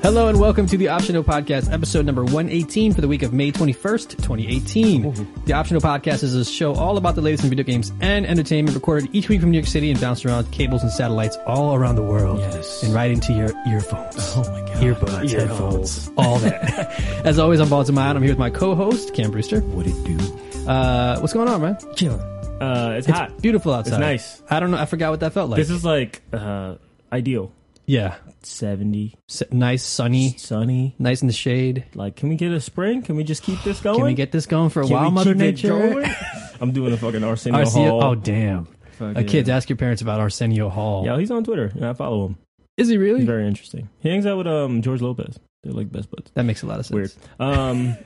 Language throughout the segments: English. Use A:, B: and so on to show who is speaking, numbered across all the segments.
A: Hello and welcome to the Optional Podcast, episode number 118 for the week of May 21st, 2018. The Optional Podcast is a show all about the latest in video games and entertainment recorded each week from New York City and bounced around cables and satellites all around the world.
B: Yes.
A: And right into your earphones.
B: Oh my God.
A: Earbuds, headphones, all that. As always, I'm Balls of Mind. I'm here with my co-host, Cam Brewster.
B: What it do?
A: Uh, what's going on, man?
B: Killing. Uh, it's, hot.
A: Beautiful outside.
B: nice.
A: I don't know. I forgot what that felt like.
B: This is like uh, ideal.
A: yeah.
B: Seventy,
A: S- nice, sunny,
B: sunny.
A: nice in the shade.
B: Like, can we get a spring? Can we just keep this going?
A: Can we get this going for a
B: Can
A: while,
B: we
A: Mother
B: keep it
A: Nature?
B: going? I'm doing a fucking Arsenio
A: Arsenio,
B: Hall.
A: oh damn! A
B: Fucking-
A: kid's ask your parents about Arsenio Hall.
B: Yeah, he's on Twitter, and I follow him.
A: Is he
B: He's
A: really?
B: very interesting. He hangs out with um George Lopez. They're like best buds.
A: That makes a lot of sense.
B: Weird. Um,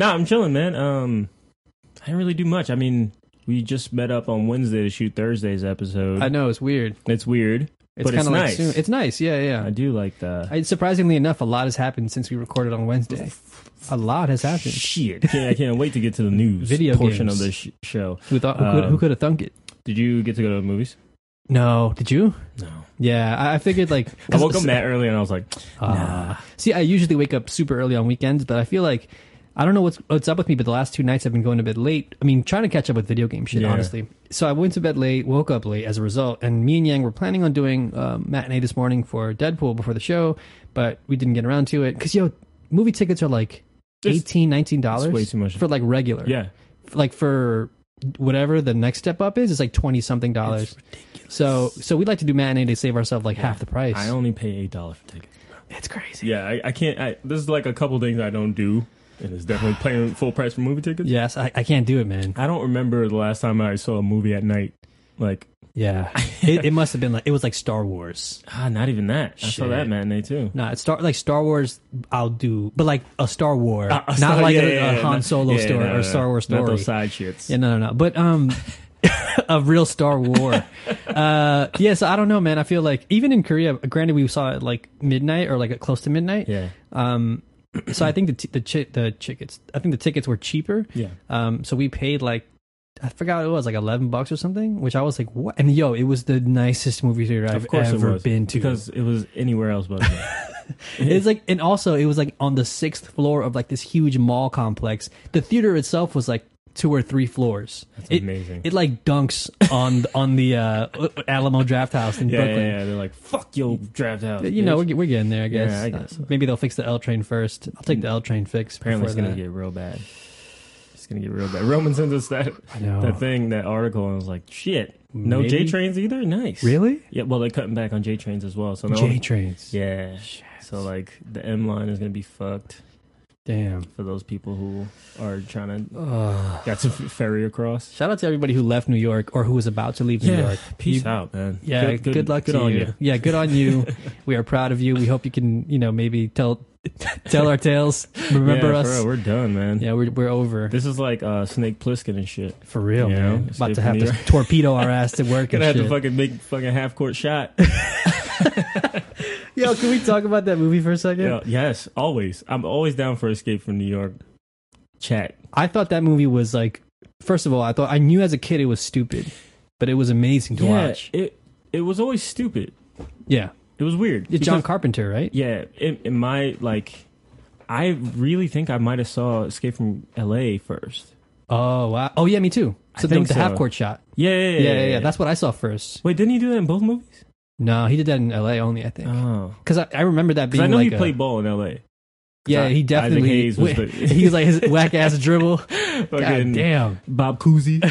B: nah, I'm chilling, man. Um, I didn't really do much. I mean, we just met up on Wednesday to shoot Thursday's episode.
A: I know it's weird.
B: It's weird.
A: It's
B: But
A: kind
B: it's
A: of like
B: nice.
A: soon- it's nice. Yeah,
B: I
A: yeah.
B: do like that.
A: I, surprisingly enough, a lot has happened since we recorded on Wednesday. A lot has happened.
B: Shit, can't, I can't wait to get to the news
A: Video
B: portion
A: games.
B: of this sh- show.
A: Who thought? Who could,
B: Um,
A: who could have thunk it?
B: Did you get to go to the movies?
A: Uh, No, did you?
B: No.
A: Yeah, I, I figured like
B: I woke up that early and I was like,
A: Ah. see, I usually wake up super early on weekends, but I feel like I don't know what's what's up with me. But the last two nights I've been going to bed late. I mean, trying to catch up with video game shit,
B: Yeah.
A: honestly. So I went to bed late, woke up late as a result. And me and Yang were planning on doing um, matinee this morning for Deadpool before the show, but we didn't get around to it because yo, movie tickets are like
B: It's-
A: eighteen, nineteen dollars
B: way too much.
A: for like regular.
B: yeah.
A: like for whatever the next step up is, it's like twenty something dollars. So, so we'd like to do matinee to save ourselves like half the price.
B: I only pay $8 for tickets.
A: it's crazy.
B: Yeah, I, I can't. I, this is like a couple things I don't do, and it's definitely paying full price for movie tickets.
A: Yes, I, I can't do it, man.
B: I don't remember the last time I saw a movie at night. Like,
A: Yeah, it, it must have been like it was like Star Wars.
B: ah, not even that. I saw
A: Shit.
B: that matinee too.
A: No, it's Star like Star Wars. I'll do, but like a Star War,
B: Ah,
A: not
B: Star-
A: like
B: yeah,
A: a,
B: yeah,
A: a
B: yeah,
A: Han
B: no-
A: Solo
B: yeah,
A: story
B: no, no,
A: or Star Wars
B: Not
A: story.
B: those side shits.
A: Yeah, no, no, no. But um, a real Star War. uh, yeah, so I don't know, man. I feel like even in Korea, granted, we saw it like midnight or like at close to midnight.
B: Yeah.
A: Um, so I think the t- the chi- the tickets, I think the tickets were cheaper.
B: Yeah.
A: Um, so we paid like I forgot what it was like eleven bucks or something, which I was like, what? And yo, it was the nicest movie theater I've
B: Of course it
A: ever
B: was,
A: been to.
B: Because it was anywhere else but.
A: it's like, and also it was like on the sixth floor of like this huge mall complex. The theater itself was like two or three floors. That's
B: amazing.
A: It like dunks on on the uh, Alamo Draft House in
B: yeah, yeah,
A: Brooklyn.
B: yeah. They're like, fuck your draft house.
A: You know,
B: bitch."
A: we're, get- we're getting there, I guess.
B: Yeah, I guess so.
A: Maybe they'll fix the L train first. I'll take the L train fix.
B: Apparently, it's
A: before
B: gonna
A: that.
B: get real bad. It's gonna get real bad. Roman sent us that
A: I know.
B: that thing, that article, and I was like, "Shit, no
A: Oh. Maybe-
B: J trains either." Nice,
A: Really?
B: Yeah. Well, they're cutting back on J trains as well. So no,
A: J trains.
B: yeah. So like the M line is gonna be fucked
A: Damn.
B: for those people who are trying to
A: Ugh.
B: got to f- ferry across.
A: Shout out to everybody who left New York or who was about to leave New York.
B: peace
A: You-
B: out, man.
A: Yeah, good, luck to
B: on
A: you. Yeah, good on you. we are proud of you. We hope you can, you know, maybe tell tell our tales. Remember
B: Yeah, for
A: us.
B: real, we're done, man.
A: yeah, we're we're over
B: This is like uh, Snake Plissken and shit.
A: for real,
B: Yeah,
A: man.
B: escape
A: About to
B: from
A: have
B: New
A: to
B: York.
A: torpedo our ass to work and
B: Gonna have
A: shit.
B: to fucking make fucking half court shot.
A: Yo, can we talk about that movie for a second?
B: Yeah, yes, always. I'm always down for Escape from New York chat.
A: I thought that movie was like. First of all, I thought I knew as a kid it was stupid, but it was amazing to watch.
B: it it was always stupid.
A: Yeah,
B: It was weird.
A: it's John
B: Because-
A: Carpenter, right?
B: yeah, in, in my like, I really think I might have saw Escape from L.A. first.
A: Oh wow! Oh yeah, me too.
B: I
A: So then
B: think
A: the
B: so.
A: half court shot.
B: Yeah, yeah, yeah.
A: Yeah, yeah, yeah, That's what I saw first.
B: wait. Didn't he do that in both movies?
A: No, he did that in L.A. only, I think.
B: Oh,
A: Because I, I remember that
B: because
A: being
B: I know
A: like
B: he
A: a-
B: played ball in L.A. 'Cause
A: Yeah,
B: I-
A: he definitely.
B: Isaac Hayes was the
A: he was like his whack ass dribble. God
B: fucking
A: damn,
B: Bob Cousy.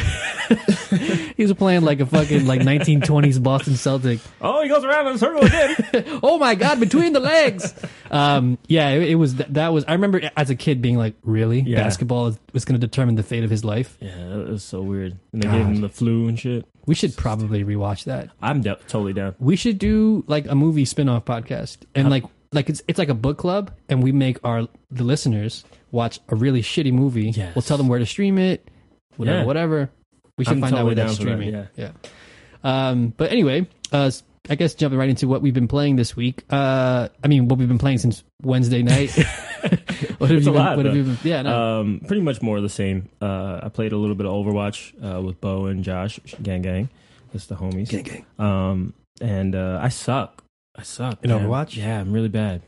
A: he was playing like a fucking like 1920s Boston Celtic.
B: oh, he goes around in a circle again.
A: Oh my god, between the legs. Um, yeah, it, it was that was. I remember as a kid being like, really,
B: Yeah.
A: basketball is, was going to determine the fate of his life.
B: yeah, it was so weird. And they
A: God.
B: gave him the flu and shit.
A: We should probably rewatch that.
B: I'm de- totally down.
A: We should do like a movie spin off podcast and like like it's it's like a book club and we make our the listeners watch a really shitty movie.
B: Yes.
A: We'll tell them where to stream it, whatever,
B: Yeah.
A: whatever. We should
B: I'm
A: find out
B: totally
A: where that's
B: down for
A: streaming.
B: that,
A: yeah. Um but anyway, uh I guess jumping right into what we've been playing this week. Uh I mean what we've been playing since Wednesday night. what have
B: It's
A: you
B: a
A: been,
B: lot,
A: what have
B: though.
A: you been yeah, no.
B: Um, pretty much more of the same. Uh, I played a little bit of Overwatch uh, with Bo and Josh, gang gang. That's the homies. Um, and uh, I suck. I suck
A: In
B: man.
A: Overwatch?
B: Yeah, I'm really bad.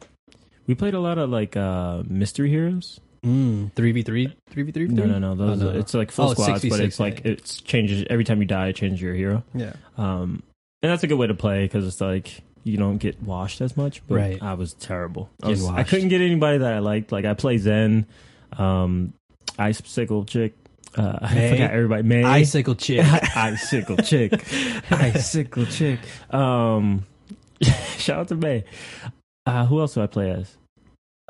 B: We played a lot of like uh mystery heroes.
A: Mm, 3v3? 3v3?
B: No, no, no. Those
A: Oh, no,
B: are-
A: no.
B: It's like full
A: Oh, it's
B: squads, but
A: 6v6,
B: it's like
A: yeah.
B: it's changes every time you die. It changes your hero.
A: Yeah.
B: Um, and that's a good way to play because it's like you don't get washed as much. But
A: Right.
B: I was terrible. I,
A: Getting
B: was- I
A: washed.
B: couldn't get anybody that I liked. Like I play Zen, um, Icicle Chick. Uh, I
A: May.
B: forgot everybody. May
A: Icicle chick.
B: Icicle Chick. Icicle Chick. Um, shout out to May. Uh, who else do I play as?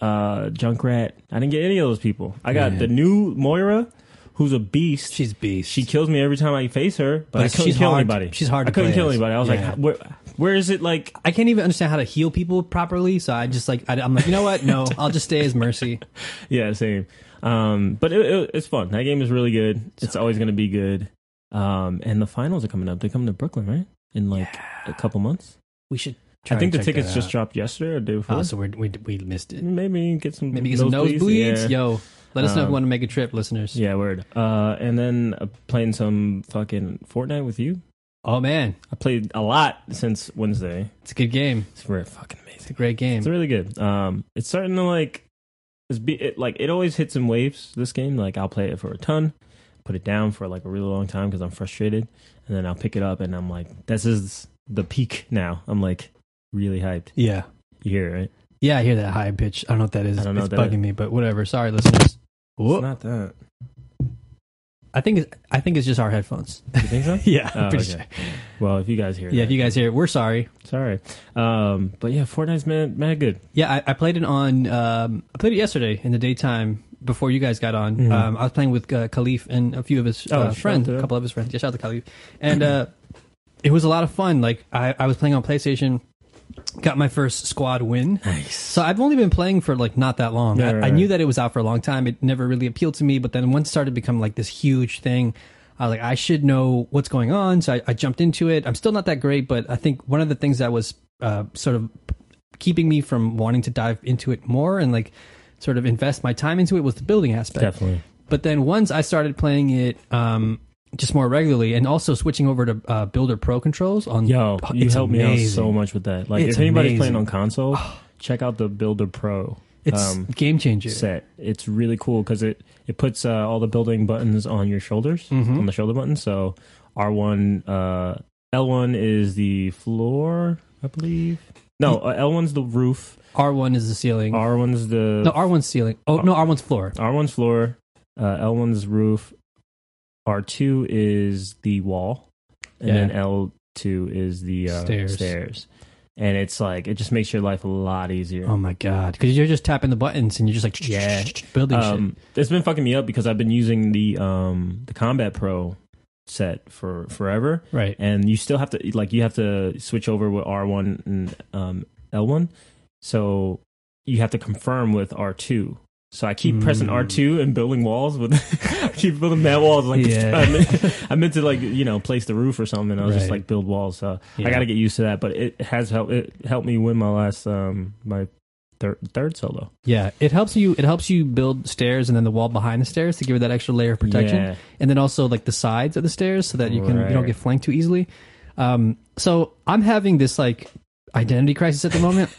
B: Uh, Junkrat. I didn't get any of those people. I got
A: Man.
B: the new Moira, who's a beast.
A: She's beast.
B: She kills me every time I face her, but,
A: But
B: I couldn't
A: she's
B: kill
A: hard-
B: anybody.
A: she's hard
B: I
A: to
B: couldn't
A: play
B: kill
A: as.
B: anybody. I was
A: Yeah.
B: like, where, where is it? Like,
A: I can't even understand how to heal people properly, so I just like I, am like you know what? No, I'll just stay as mercy.
B: yeah, same. Um, but it, it, it's fun. That game is really good. It's always going to be good. Um, and the finals are coming up. They come to Brooklyn, right? In like a couple months.
A: We should.
B: I
A: Try
B: think the
A: and check
B: tickets
A: that
B: just
A: out.
B: dropped yesterday or the day before.
A: Oh, so we're, we we missed it.
B: Maybe get some
A: Maybe get some nosebleeds.
B: Yeah.
A: Yo, let us know if
B: Um,
A: you want to make a trip, listeners.
B: yeah, word. Uh, and then uh, playing some fucking Fortnite with you.
A: Oh man,
B: I played a lot since Wednesday.
A: it's a good game.
B: It's very fucking amazing.
A: It's a great game.
B: It's really good. Um, it's starting to like, it's be it, like it always hits in waves. This game, like I'll play it for a ton, put it down for like a really long time because I'm frustrated, and then I'll pick it up and I'm like, this is the peak now. I'm like really hyped.
A: yeah,
B: You hear it, right?
A: yeah. I hear that high pitch. I don't know what that is.
B: I don't know
A: it's
B: what that
A: bugging me, but whatever. Sorry, listeners. Whoop.
B: It's not that.
A: I think it's, I think it's just our headphones.
B: You think so?
A: yeah,
B: Oh,
A: I'm pretty
B: okay.
A: sure.
B: well, if you guys hear,
A: Yeah, if
B: that,
A: you guys hear it, we're sorry.
B: sorry. Um, but yeah, Fortnite's man, man, good.
A: Yeah, I, I played it on. Um, I played it yesterday in the daytime before you guys got on.
B: Mhm.
A: Um, I was playing with uh, Khalif and a few of his
B: Oh, shout
A: uh,
B: out
A: friends,
B: to
A: a
B: him.
A: couple of his friends. Yeah, shout out to Khalif, and uh, it was a lot of fun. Like I, I was playing on PlayStation, got my first squad win.
B: Nice.
A: So I've only been playing for like not that long.
B: Yeah,
A: I,
B: right,
A: I
B: right.
A: knew that it was out for a long time. It never really appealed to me, but then once it started to become like this huge thing, I was like, I should know what's going on. So I, I jumped into it. I'm still not that great, but I think one of the things that was uh, sort of keeping me from wanting to dive into it more and like sort of invest my time into it was the building aspect.
B: Definitely.
A: But then once I started playing it, um, just more regularly, and also switching over to uh, Builder Pro controls on
B: Yo, you
A: it's
B: helped me out
A: amazing.
B: so much with that. Like,
A: It's
B: if anybody's playing
A: amazing.
B: on console, check out the Builder Pro.
A: It's
B: um,
A: game changer.
B: set. It's really cool because it it puts uh, all the building buttons on your shoulders
A: Mm-hmm.
B: on the shoulder button. So R one uh, L one is the floor, I believe. No, uh, L one's the roof.
A: R one is the ceiling.
B: R one's the
A: No, R one's ceiling. Oh no, R one's floor.
B: R one's floor. Uh, L one's roof. R two is the wall, and
A: Yeah.
B: then L two is the uh,
A: Stairs.
B: stairs. And it's like it just makes your life a lot easier.
A: Oh my god, because you're just tapping the buttons and you're just like
B: Yeah.
A: building shit.
B: um, it's been fucking me up because I've been using the um the Combat Pro set for forever,
A: Right.
B: and you still have to like you have to switch over with R one and um L one, so you have to confirm with R two. So I keep pressing
A: Mm.
B: R two and building walls with I keep building mad walls like
A: Yeah.
B: I, meant, I meant to like you know place the roof or something. I was just
A: Right.
B: like build walls. So
A: Yeah.
B: I got to get used to that, but it has helped. It helped me win my last um my third third solo
A: Yeah, it helps you. It helps you build stairs and then the wall behind the stairs to give it that extra layer of protection,
B: Yeah.
A: and then also like the sides of the stairs so that you can you don't
B: Right.
A: get flanked too easily. Um, so I'm having this like identity crisis at the moment.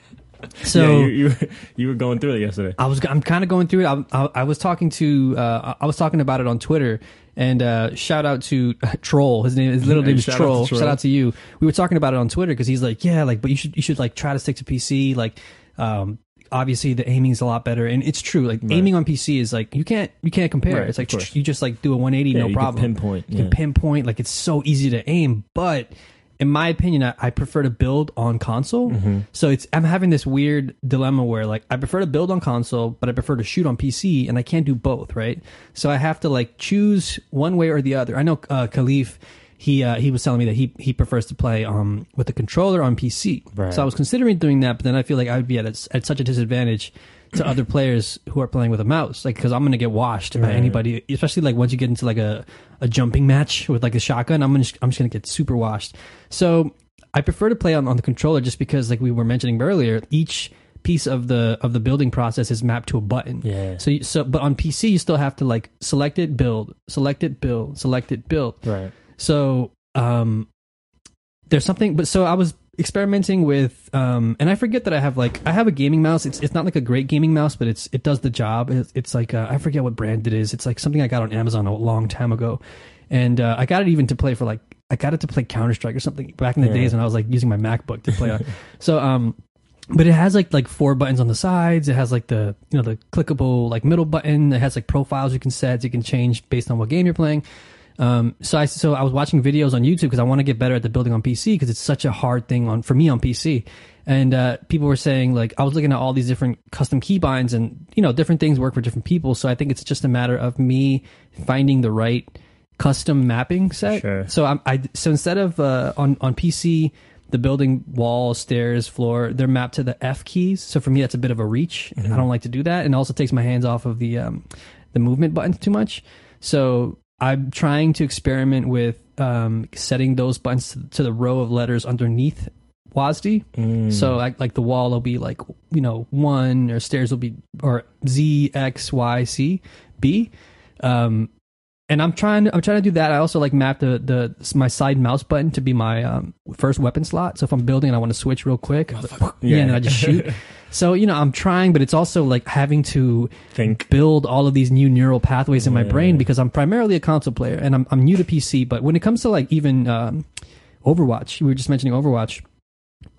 A: So
B: yeah, you, you you were going through it yesterday.
A: I was I'm kind of going through it. I, I, I was talking to uh, I was talking about it on Twitter and uh, shout out to Troll. His name his little name is
B: Shout out
A: Troll.
B: to Troll.
A: Shout out to you. We were talking about it on Twitter because he's like, yeah, like, but you should you should like try to stick to PC. Like, um, obviously the aiming's a lot better, and it's true. Like aiming on PC is like you can't you can't compare.
B: Right,
A: it's like
B: of course.
A: you just like do a 180,
B: Yeah,
A: no
B: you can
A: problem.
B: pinpoint,
A: You
B: yeah.
A: can pinpoint. Like it's so easy to aim, but in my opinion, I, I prefer to build on console. So it's I'm having this weird dilemma where like I prefer to build on console, but I prefer to shoot on PC, and I can't do both, right? So I have to like choose one way or the other. I know uh, Khalif. He, uh, he was telling me that he, he prefers to play um, with the controller on PC.
B: Right.
A: So I was considering doing that, but then I feel like I would be at, a, at such a disadvantage to other players who are playing with a mouse, like because I'm gonna get washed by anybody, especially like once you get into like a, a jumping match with like a shotgun, I'm gonna I'm just gonna get super washed. So I prefer to play on, on the controller just because like we were mentioning earlier, each piece of the of the building process is mapped to a button.
B: Yeah.
A: So you, so but on PC you still have to like select it, build, select it, build, select it, build.
B: Right.
A: So um there's something but so I was experimenting with um and I forget that I have like I have a gaming mouse. It's it's not like a great gaming mouse, but it's it does the job. It's, it's like uh, I forget what brand it is. It's like something I got on Amazon a long time ago. And uh, I got it even to play for like I got it to play Counter Strike or something back in the
B: Yeah.
A: days when I was like using my MacBook to play on. So um but it has like like four buttons on the sides. It has like the you know the clickable like middle button. It has like profiles you can set. You can change based on what game you're playing. Um, so I so I was watching videos on YouTube because I want to get better at the building on PC because it's such a hard thing on for me on PC. And uh, people were saying like I was looking at all these different custom keybinds and you know different things work for different people. So I think it's just a matter of me finding the right custom mapping set.
B: Sure.
A: So I'm, I so instead of uh, on on PC, the building wall, stairs, floor, they're mapped to the F keys. So for me, that's a bit of a reach. and I don't like to do that, and also takes my hands off of the um, the movement buttons too much. So I'm trying to experiment with um, setting those buttons to, to the row of letters underneath WASD. So like like the wall will be like you know one or stairs will be or Z X Y C B, um, and I'm trying to, I'm trying to do that. I also like map the the my side mouse button to be my um, first weapon slot. So if I'm building and I want to switch real quick, yeah, and then I just shoot. so you know I'm trying, but it's also like having to
B: think.
A: build all of these new neural pathways in my
B: Yeah.
A: brain because I'm primarily a console player and I'm, I'm new to PC. But when it comes to like even um, Overwatch, we were just mentioning Overwatch.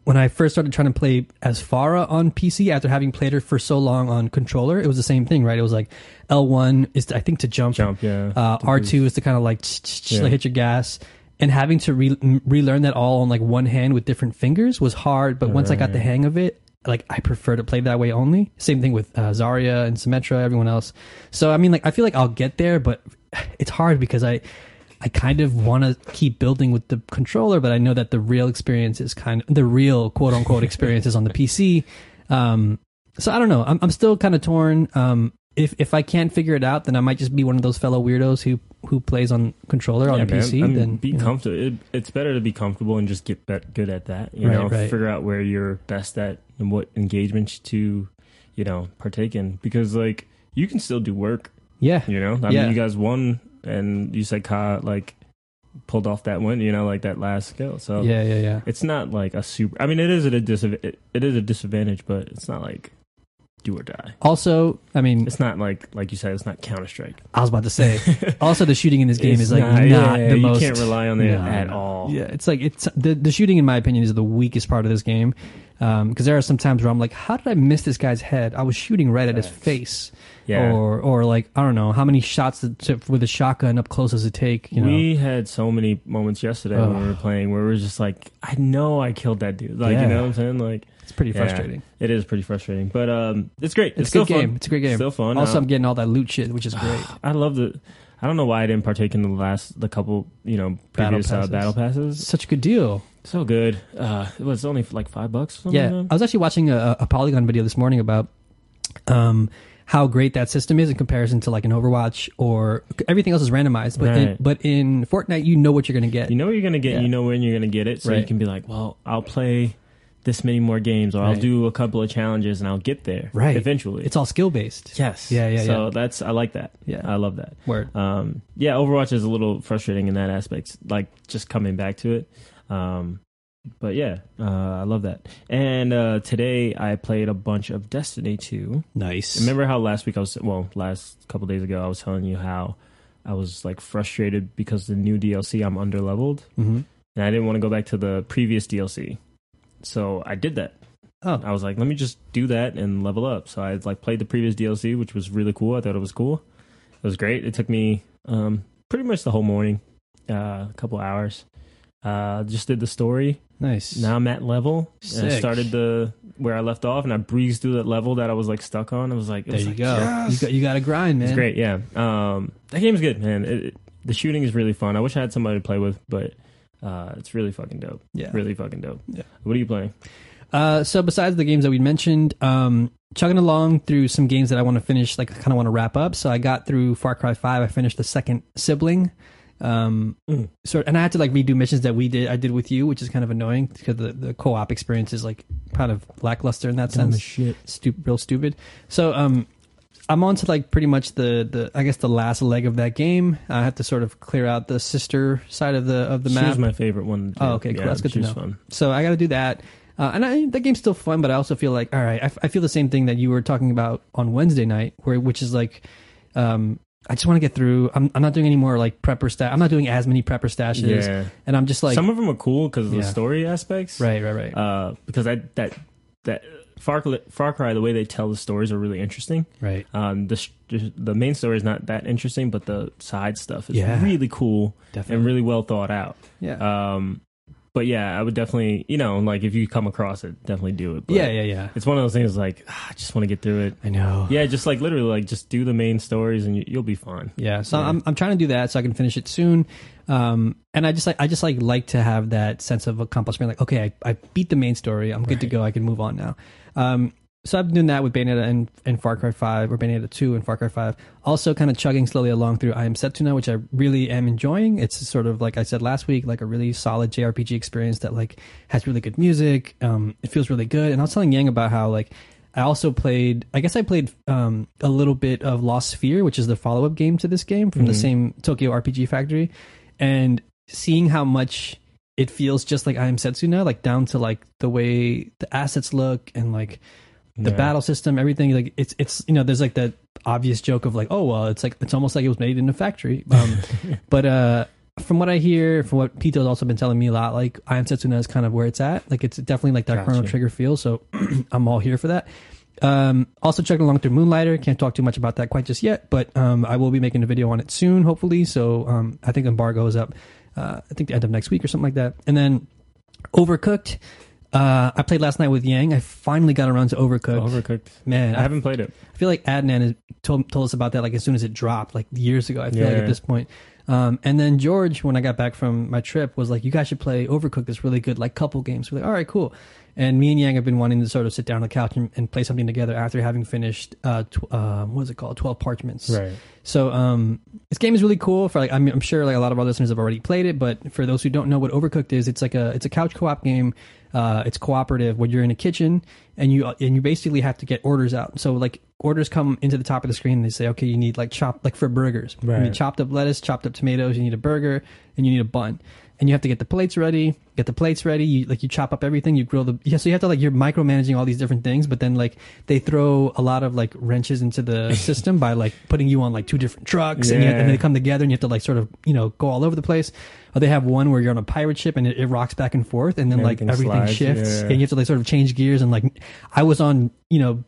A: When I first started trying to play as Farah on PC after having played her for so long on controller, it was the same thing, right? It was like L1 is, I think, to jump.
B: Jump, yeah.
A: Uh, R2 is to kind of like, tch, tch, tch, like hit your gas. And having to re- m- relearn that all on like one hand with different fingers was hard. But once I got the hang of it, like I prefer to play that way only. Same thing with uh, Zarya and Symmetra, everyone else. So I mean, like I feel like I'll get there, but it's hard because I, I kind of want to keep building with the controller, but I know that the real experience is kind of the real quote unquote experience is on the PC. Um, so I don't know. I'm, I'm still kind of torn. Um, if if I can't figure it out, then I might just be one of those fellow weirdos who who plays on controller on
B: Yeah,
A: a
B: man.
A: PC.
B: I mean,
A: then
B: be
A: you know.
B: comfortable. It, it's better to be comfortable and just get bet, good at that. You
A: Right,
B: know,
A: right.
B: figure out where you're best at and what engagements to, you know, partake in. Because like you can still do work.
A: yeah,
B: You know, I
A: Yeah.
B: mean, you guys won, and you said Ka like pulled off that win. You know, like that last skill. So
A: yeah, yeah, yeah.
B: it's not like a super. I mean, it is at a disav- it, it is a disadvantage, but it's not like do or die.
A: Also, I mean,
B: It's not like like you said. It's not Counter Strike.
A: I was about to say. Also, the shooting in this game
B: It's
A: is like not,
B: yeah,
A: the
B: you
A: most.
B: can't rely on it
A: No,
B: at
A: no.
B: all.
A: Yeah, it's like it's the the shooting, in my opinion, is the weakest part of this game. Because there are some times where I'm like, how did I miss this guy's head? I was shooting right at his
B: Facts.
A: face,
B: Yeah.
A: or or like I don't know how many shots that- to, with a shotgun up close does it take? You know,
B: We had so many moments yesterday when we were playing where we were just like, I know I killed that dude. Like,
A: Yeah.
B: you know what I'm saying? Like,
A: it's pretty
B: yeah.
A: frustrating.
B: it is pretty frustrating, but um, it's great.
A: It's,
B: It's,
A: a
B: still
A: good game.
B: fun.
A: It's a great game.
B: Still fun.
A: also,
B: Um,
A: I'm getting all that loot shit, which is great.
B: I love the. I don't know why I didn't partake in the last the couple you know
A: Battle
B: previous
A: passes.
B: Uh, battle
A: It's
B: passes.
A: such a good deal.
B: So good. Uh, it was only like five bucks. or Something
A: Yeah,
B: Like
A: I was actually watching a, a Polygon video this morning about um, how great that system is in comparison to like an Overwatch or everything else is randomized. But in,
B: Right.
A: but in Fortnite, you know what you're gonna get.
B: that. You know what you're gonna get.
A: Yeah.
B: You know when you're gonna get it. So you
A: Right.
B: can be like, well, I'll play this many more games, or
A: Right.
B: I'll do a couple of challenges, and I'll get there.
A: Right.
B: Eventually.
A: it's all skill based.
B: yes.
A: Yeah, yeah,
B: So
A: yeah.
B: that's I like that.
A: Yeah.
B: I love that.
A: Word.
B: Um, yeah, Overwatch is a little frustrating in that aspect, like just coming back to it. Um, but yeah, uh, I love that. And uh, today I played a bunch of Destiny 2.
A: Nice.
B: Remember how last week I was, well, last couple days ago, I was telling you how I was like frustrated because the new DLC I'm underleveled
A: hmm
B: and I didn't want to go back to the previous DLC. So I did that.
A: Oh.
B: I was like, let me just do that and level up. So I like played the previous DLC, which was really cool. I thought it was cool. It was great. It took me um, pretty much the whole morning, uh, a couple hours. Uh, just did the story.
A: Nice.
B: Now I'm at level. And I
A: Sick.
B: started the where I left off, and I breezed through that level that I was like stuck on. It was like, it
A: there
B: was
A: you
B: like,
A: go.
B: yes!
A: You got you got to grind, man.
B: It's great, yeah. Um, that game's good, man. It, it- the shooting is really fun. I wish I had somebody to play with, but uh, it's really fucking dope.
A: Yeah.
B: Really fucking dope.
A: Yeah.
B: What are you playing?
A: Uh, so besides the games that we mentioned, um, chugging along through some games that I want to finish, like I kind of want to wrap up. So I got through Far Cry Five. I finished the second sibling. Um,
B: Mm.
A: sort and I had to like redo missions that we did. I did with you, which is kind of annoying because the, the co op experience is like kind of lackluster in that sense.
B: shit.
A: Stupid, real stupid. So um, I'm on to like pretty much the, the I guess the last leg of that game. I have to sort of clear out the sister side of the of the
B: She
A: map.
B: was my favorite one.
A: Oh, okay, cool. That's good to
B: she was
A: know.
B: Fun.
A: so I got to do that. Uh, and I, that game's still fun, but I also feel like all right, I, f- I feel the same thing that you were talking about on Wednesday night, where which is like, um, I just want to get through. I'm, I'm not doing any more like prepper stash. I'm not doing as many prepper stashes,
B: Yeah,
A: and I'm just like,
B: some of them are cool because of
A: Yeah.
B: the story aspects.
A: right, right, right,
B: Uh, because I that that Far Cry, Far Cry, the way they tell the stories are really interesting.
A: right.
B: Um, the sh- the main story is not that interesting, but the side stuff is
A: Yeah.
B: really cool
A: Definitely.
B: and really well thought out.
A: yeah.
B: Um, but yeah, I would definitely, you know, like if you come across it, definitely do it. But
A: yeah, yeah, yeah.
B: It's one of those things like ah, I just want to get through it.
A: I know.
B: Yeah, just like literally, like just do the main stories and you, you'll be fine.
A: Yeah, so
B: Yeah.
A: I'm I'm trying to do that so I can finish it soon. Um, and I just like I just like like to have that sense of accomplishment. Like, okay, I, I beat the main story. I'm good to
B: Right.
A: go. I can move on now. Um, so I've been doing that with Bayonetta and, and Far Cry Five, or Bayonetta Two and Far Cry Five. Also, kind of chugging slowly along through I Am Set to Now, which I really am enjoying. It's sort of like I said last week, like a really solid JRPG experience that like has really good music. Um, it feels really good. And I was telling Yang about how like I also played. I guess I played um, a little bit of Lost Sphere, which is the follow-up game to this game from the
B: Mhm.
A: same Tokyo RPG Factory, and seeing how much it feels just like I Am Setsuna, like down to like the way the assets look and like the
B: Yeah.
A: battle system, everything. Like it's it's you know there's like that obvious joke of like oh well it's like it's almost like it was made in a factory, um, but uh. From what I hear, from what Pito's also been telling me a lot, like I Am Setsuna is kind of where it's at. Like it's definitely like that Chrono
B: Gotcha.
A: Trigger feel. So I'm all here for that. Um, also checking along through Moonlighter. Can't talk too much about that quite just yet, but um, I will be making a video on it soon, hopefully. So um, I think embargo is up. Uh, I think the end of next week or something like that. And then Overcooked. Uh, I played last night with Yang. I finally got around to Overcooked.
B: Overcooked.
A: Man,
B: I
A: I
B: haven't played it.
A: I feel like Adnan has told, told us about that like as soon as it dropped, like years ago. I feel
B: Yeah,
A: like at
B: yeah.
A: this point. Um, and then George, when I got back from my trip, was like, "You guys should play Overcooked. It's really good, like couple games." We're like, "All right, cool." And me and Yang have been wanting to sort of sit down on the couch and, and play something together after having finished uh, tw- uh, what is it called, Twelve Parchments. So um, this game is really cool. For like, I'm, I'm sure like a lot of our listeners have already played it, but for those who don't know what Overcooked is, it's like a it's a couch co-op game. Uh, it's cooperative where you're in a kitchen and you and you basically have to get orders out. So like orders come into the top of the screen. and They say, okay, you need like chopped like for burgers. You need
B: Right.
A: chopped up lettuce, chopped up tomatoes. You need a burger and you need a bun. And you have to get the plates ready. Get the plates ready. You like you chop up everything. You grill the yeah. So you have to like you're micromanaging all these different things. But then like they throw a lot of like wrenches into the system by like putting you on like two different trucks and, you have, and
B: Yeah.
A: they come together and you have to like sort of you know go all over the place. Or they have one where you're on a pirate ship and it, it rocks back and forth and then like
B: Everything
A: everything
B: slides,
A: shifts
B: yeah.
A: and you have to like sort of change gears and like I was on you know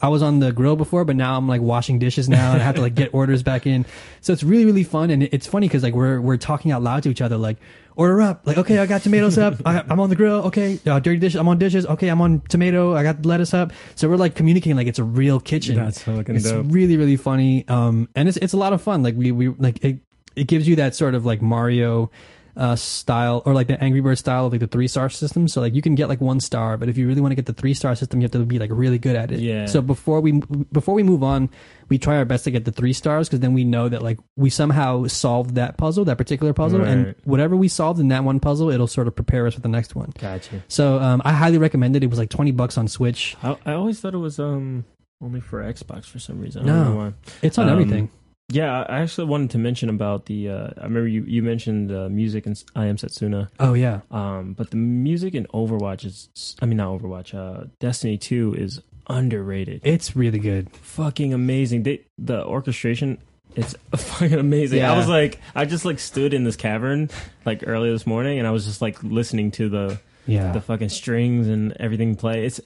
A: I was on the grill before, but now I'm like washing dishes now, and I have to like get orders back in. So it's really really fun, and it- it's funny because like we're we're talking out loud to each other, like order up, like okay, I got tomatoes up, I, I'm on the grill, okay, uh, dirty dishes, I'm on dishes, okay, I'm on tomato, I got lettuce up. So we're like communicating like it's a real kitchen.
B: That's fucking
A: it's
B: dope.
A: really really funny, um, and it's it's a lot of fun. Like we we like it it gives you that sort of like Mario. Uh, style or like the Angry Bird style of like the three star system. So like you can get like one star, but if you really want to get the three star system, you have to be like really good at it.
B: Yeah.
A: So before we before we move on, we try our best to get the three stars because then we know that like we somehow solved that puzzle, that particular puzzle, and
B: Right.
A: whatever we solved in that one puzzle, it'll sort of prepare us for the next one.
B: Gotcha.
A: So um, I highly recommend it. It was like twenty bucks on Switch.
B: I, I always thought it was um only for Xbox for some reason. I
A: No.
B: don't know why.
A: It's on
B: Um,
A: everything.
B: Yeah, I I actually wanted to mention about the. Uh, I remember you you mentioned uh, music and I am Setsuna,
A: Oh yeah,
B: um, but the music in Overwatch is. I mean, not Overwatch. Uh, Destiny Two is underrated.
A: it's really good.
B: fucking amazing. They, the orchestration, it's fucking amazing.
A: Yeah.
B: I was like, I just like stood in this cavern like earlier this morning, and I was just like listening to the
A: Yeah,
B: the fucking strings and everything play. It's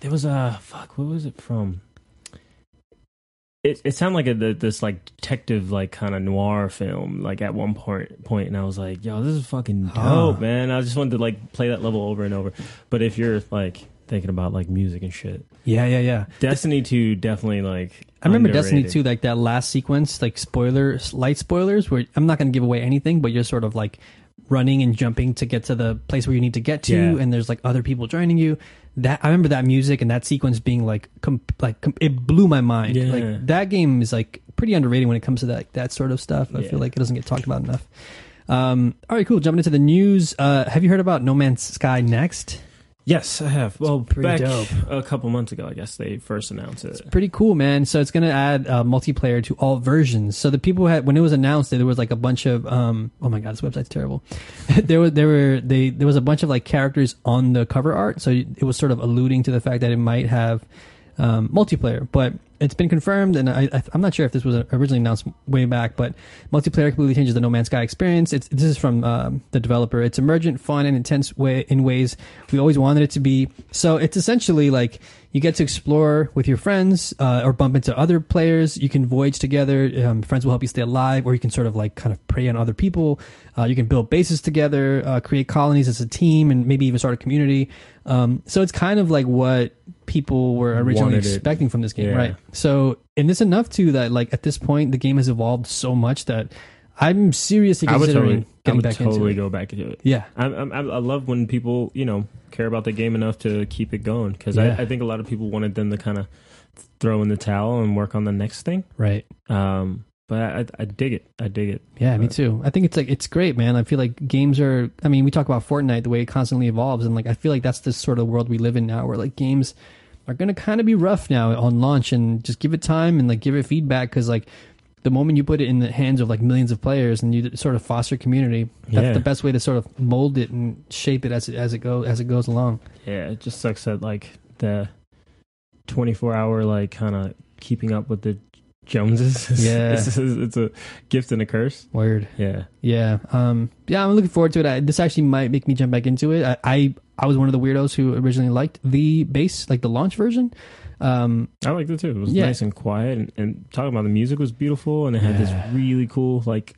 B: there was a fuck. What was it from? It it sounded like a the, this like detective like kind of noir film like at one point point and I was like yo this is fucking dope
A: Huh.
B: man I just wanted to like play that level over and over but if you're like thinking about like music and shit
A: yeah, yeah, yeah.
B: Destiny two definitely like
A: I remember
B: underrated.
A: Destiny 2, like that last sequence, like spoiler, light spoilers, where I'm not going to give away anything, but you're sort of like running and jumping to get to the place where you need to get to,
B: Yeah.
A: and there's like other people joining you. That I remember that music and that sequence being like, com- like com- it blew my mind.
B: Yeah.
A: Like that game is like pretty underrated when it comes to that that sort of stuff. I
B: Yeah.
A: feel like it doesn't get talked about enough. Um, all right, cool. Jumping into the news. Uh, have you heard about No Man's Sky next?
B: Yes, I have. Well,
A: pretty
B: back
A: dope.
B: a couple months ago, I guess they first announced it.
A: Pretty cool, man. So it's going to add uh, multiplayer to all versions. So the people who had when it was announced, there was like a bunch of um, oh my god, this website's terrible. there was there were they there was a bunch of like characters on the cover art, so it was sort of alluding to the fact that it might have um, multiplayer. But it's been confirmed, and I, I, I'm not sure if this was originally announced way back, but multiplayer completely changes the No Man's Sky experience. It's this is from um, the developer. It's emergent, fun, and intense way in ways we always wanted it to be. So it's essentially like you get to explore with your friends uh, or bump into other players. You can voyage together. Um, friends will help you stay alive, or you can sort of like kind of prey on other people. Uh, you can build bases together, uh, create colonies as a team, and maybe even start a community. Um, so it's kind of like what people were originally
B: Wanted it.
A: expecting from this game,
B: Yeah.
A: right? So, and it's enough too that like at this point the game has evolved so much that I'm seriously
B: I would
A: considering
B: totally, I
A: getting
B: would
A: back
B: totally
A: into it.
B: go back into it.
A: Yeah,
B: I, I, I love when people, you know, care about the game enough to keep it going because
A: Yeah.
B: I, I think a lot of people wanted them to kind of throw in the towel and work on the next thing.
A: right.
B: Um, but I, I, I dig it. I dig it.
A: Yeah, me
B: But-
A: too. I think it's like it's great, man. I feel like games are. I mean, we talk about Fortnite the way it constantly evolves, and like I feel like that's the sort of world we live in now, where like games are gonna kind of be rough now on launch, and just give it time and like give it feedback because like the moment you put it in the hands of like millions of players and you sort of foster community, that's
B: Yeah.
A: the best way to sort of mold it and shape it as it as it go as it goes along.
B: Yeah, it just sucks that like the twenty four hour like kind of keeping up with the Joneses. is-
A: Yeah.
B: it's, it's a gift and a curse.
A: Word.
B: Yeah,
A: Yeah, um, yeah, I'm looking forward to it. I, this actually might make me jump back into it. I, I I was one of the weirdos who originally liked the base, like the launch version. Um,
B: I liked it too. It was
A: Yeah.
B: nice and quiet, and, and talking about the music was beautiful, and it had
A: Yeah.
B: this really cool like.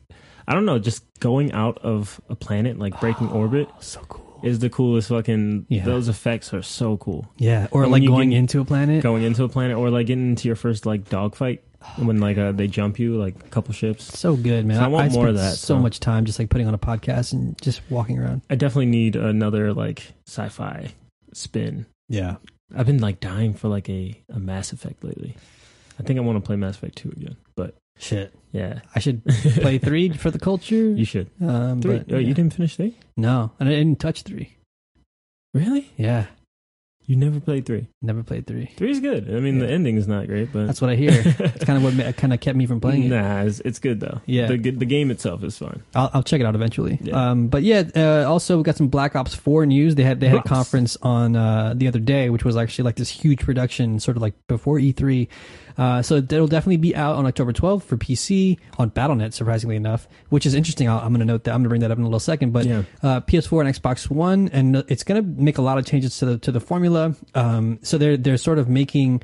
B: I don't know, just going out of a planet, like breaking orbit,
A: Oh, so cool.
B: is the coolest fucking.
A: Yeah.
B: Those effects are so cool.
A: Yeah, or
B: When
A: like
B: you
A: going
B: get-
A: into a planet.
B: Going into a planet or like getting into your first like dogfight when like uh, they jump you like a couple ships.
A: So good, man.
B: So I want more
A: spent
B: of that,
A: So
B: so.
A: much time just like putting on a podcast and just walking around.
B: I definitely need another like sci-fi spin.
A: Yeah,
B: I've been like dying for like a, a Mass Effect lately. I think I want to play Mass Effect 2 again, but
A: shit.
B: yeah.
A: I should play three for the culture.
B: You should.
A: Um,
B: Three.
A: but,
B: oh,
A: yeah.
B: you didn't finish 3?
A: No, and I didn't touch three.
B: Really?
A: Yeah,
B: You never played 3.
A: never played three.
B: 3 is good. I mean, the
A: Yeah.
B: ending is not great, but
A: That's what I hear. It's kind of what ma- kind of kept me from playing it.
B: Uh, Nah, it's, it's good though.
A: Yeah.
B: The good- the game itself is fun.
A: I'll, I'll check it out eventually.
B: Yeah.
A: Um, but yeah, uh, also we got some Black Ops Four news. They had they had a
B: Ops.
A: conference on uh, the other day, which was actually like this huge production, sort of like before E three. Uh, so it'll definitely be out on October 12th for PC on Battle.net, surprisingly enough, which is interesting. I'll, I'm going to note that. I'm going to bring that up in a little second. But
B: Yeah.
A: uh, PS4 and Xbox One, and it's going to make a lot of changes to the to the formula. Um, so they're they're sort of making.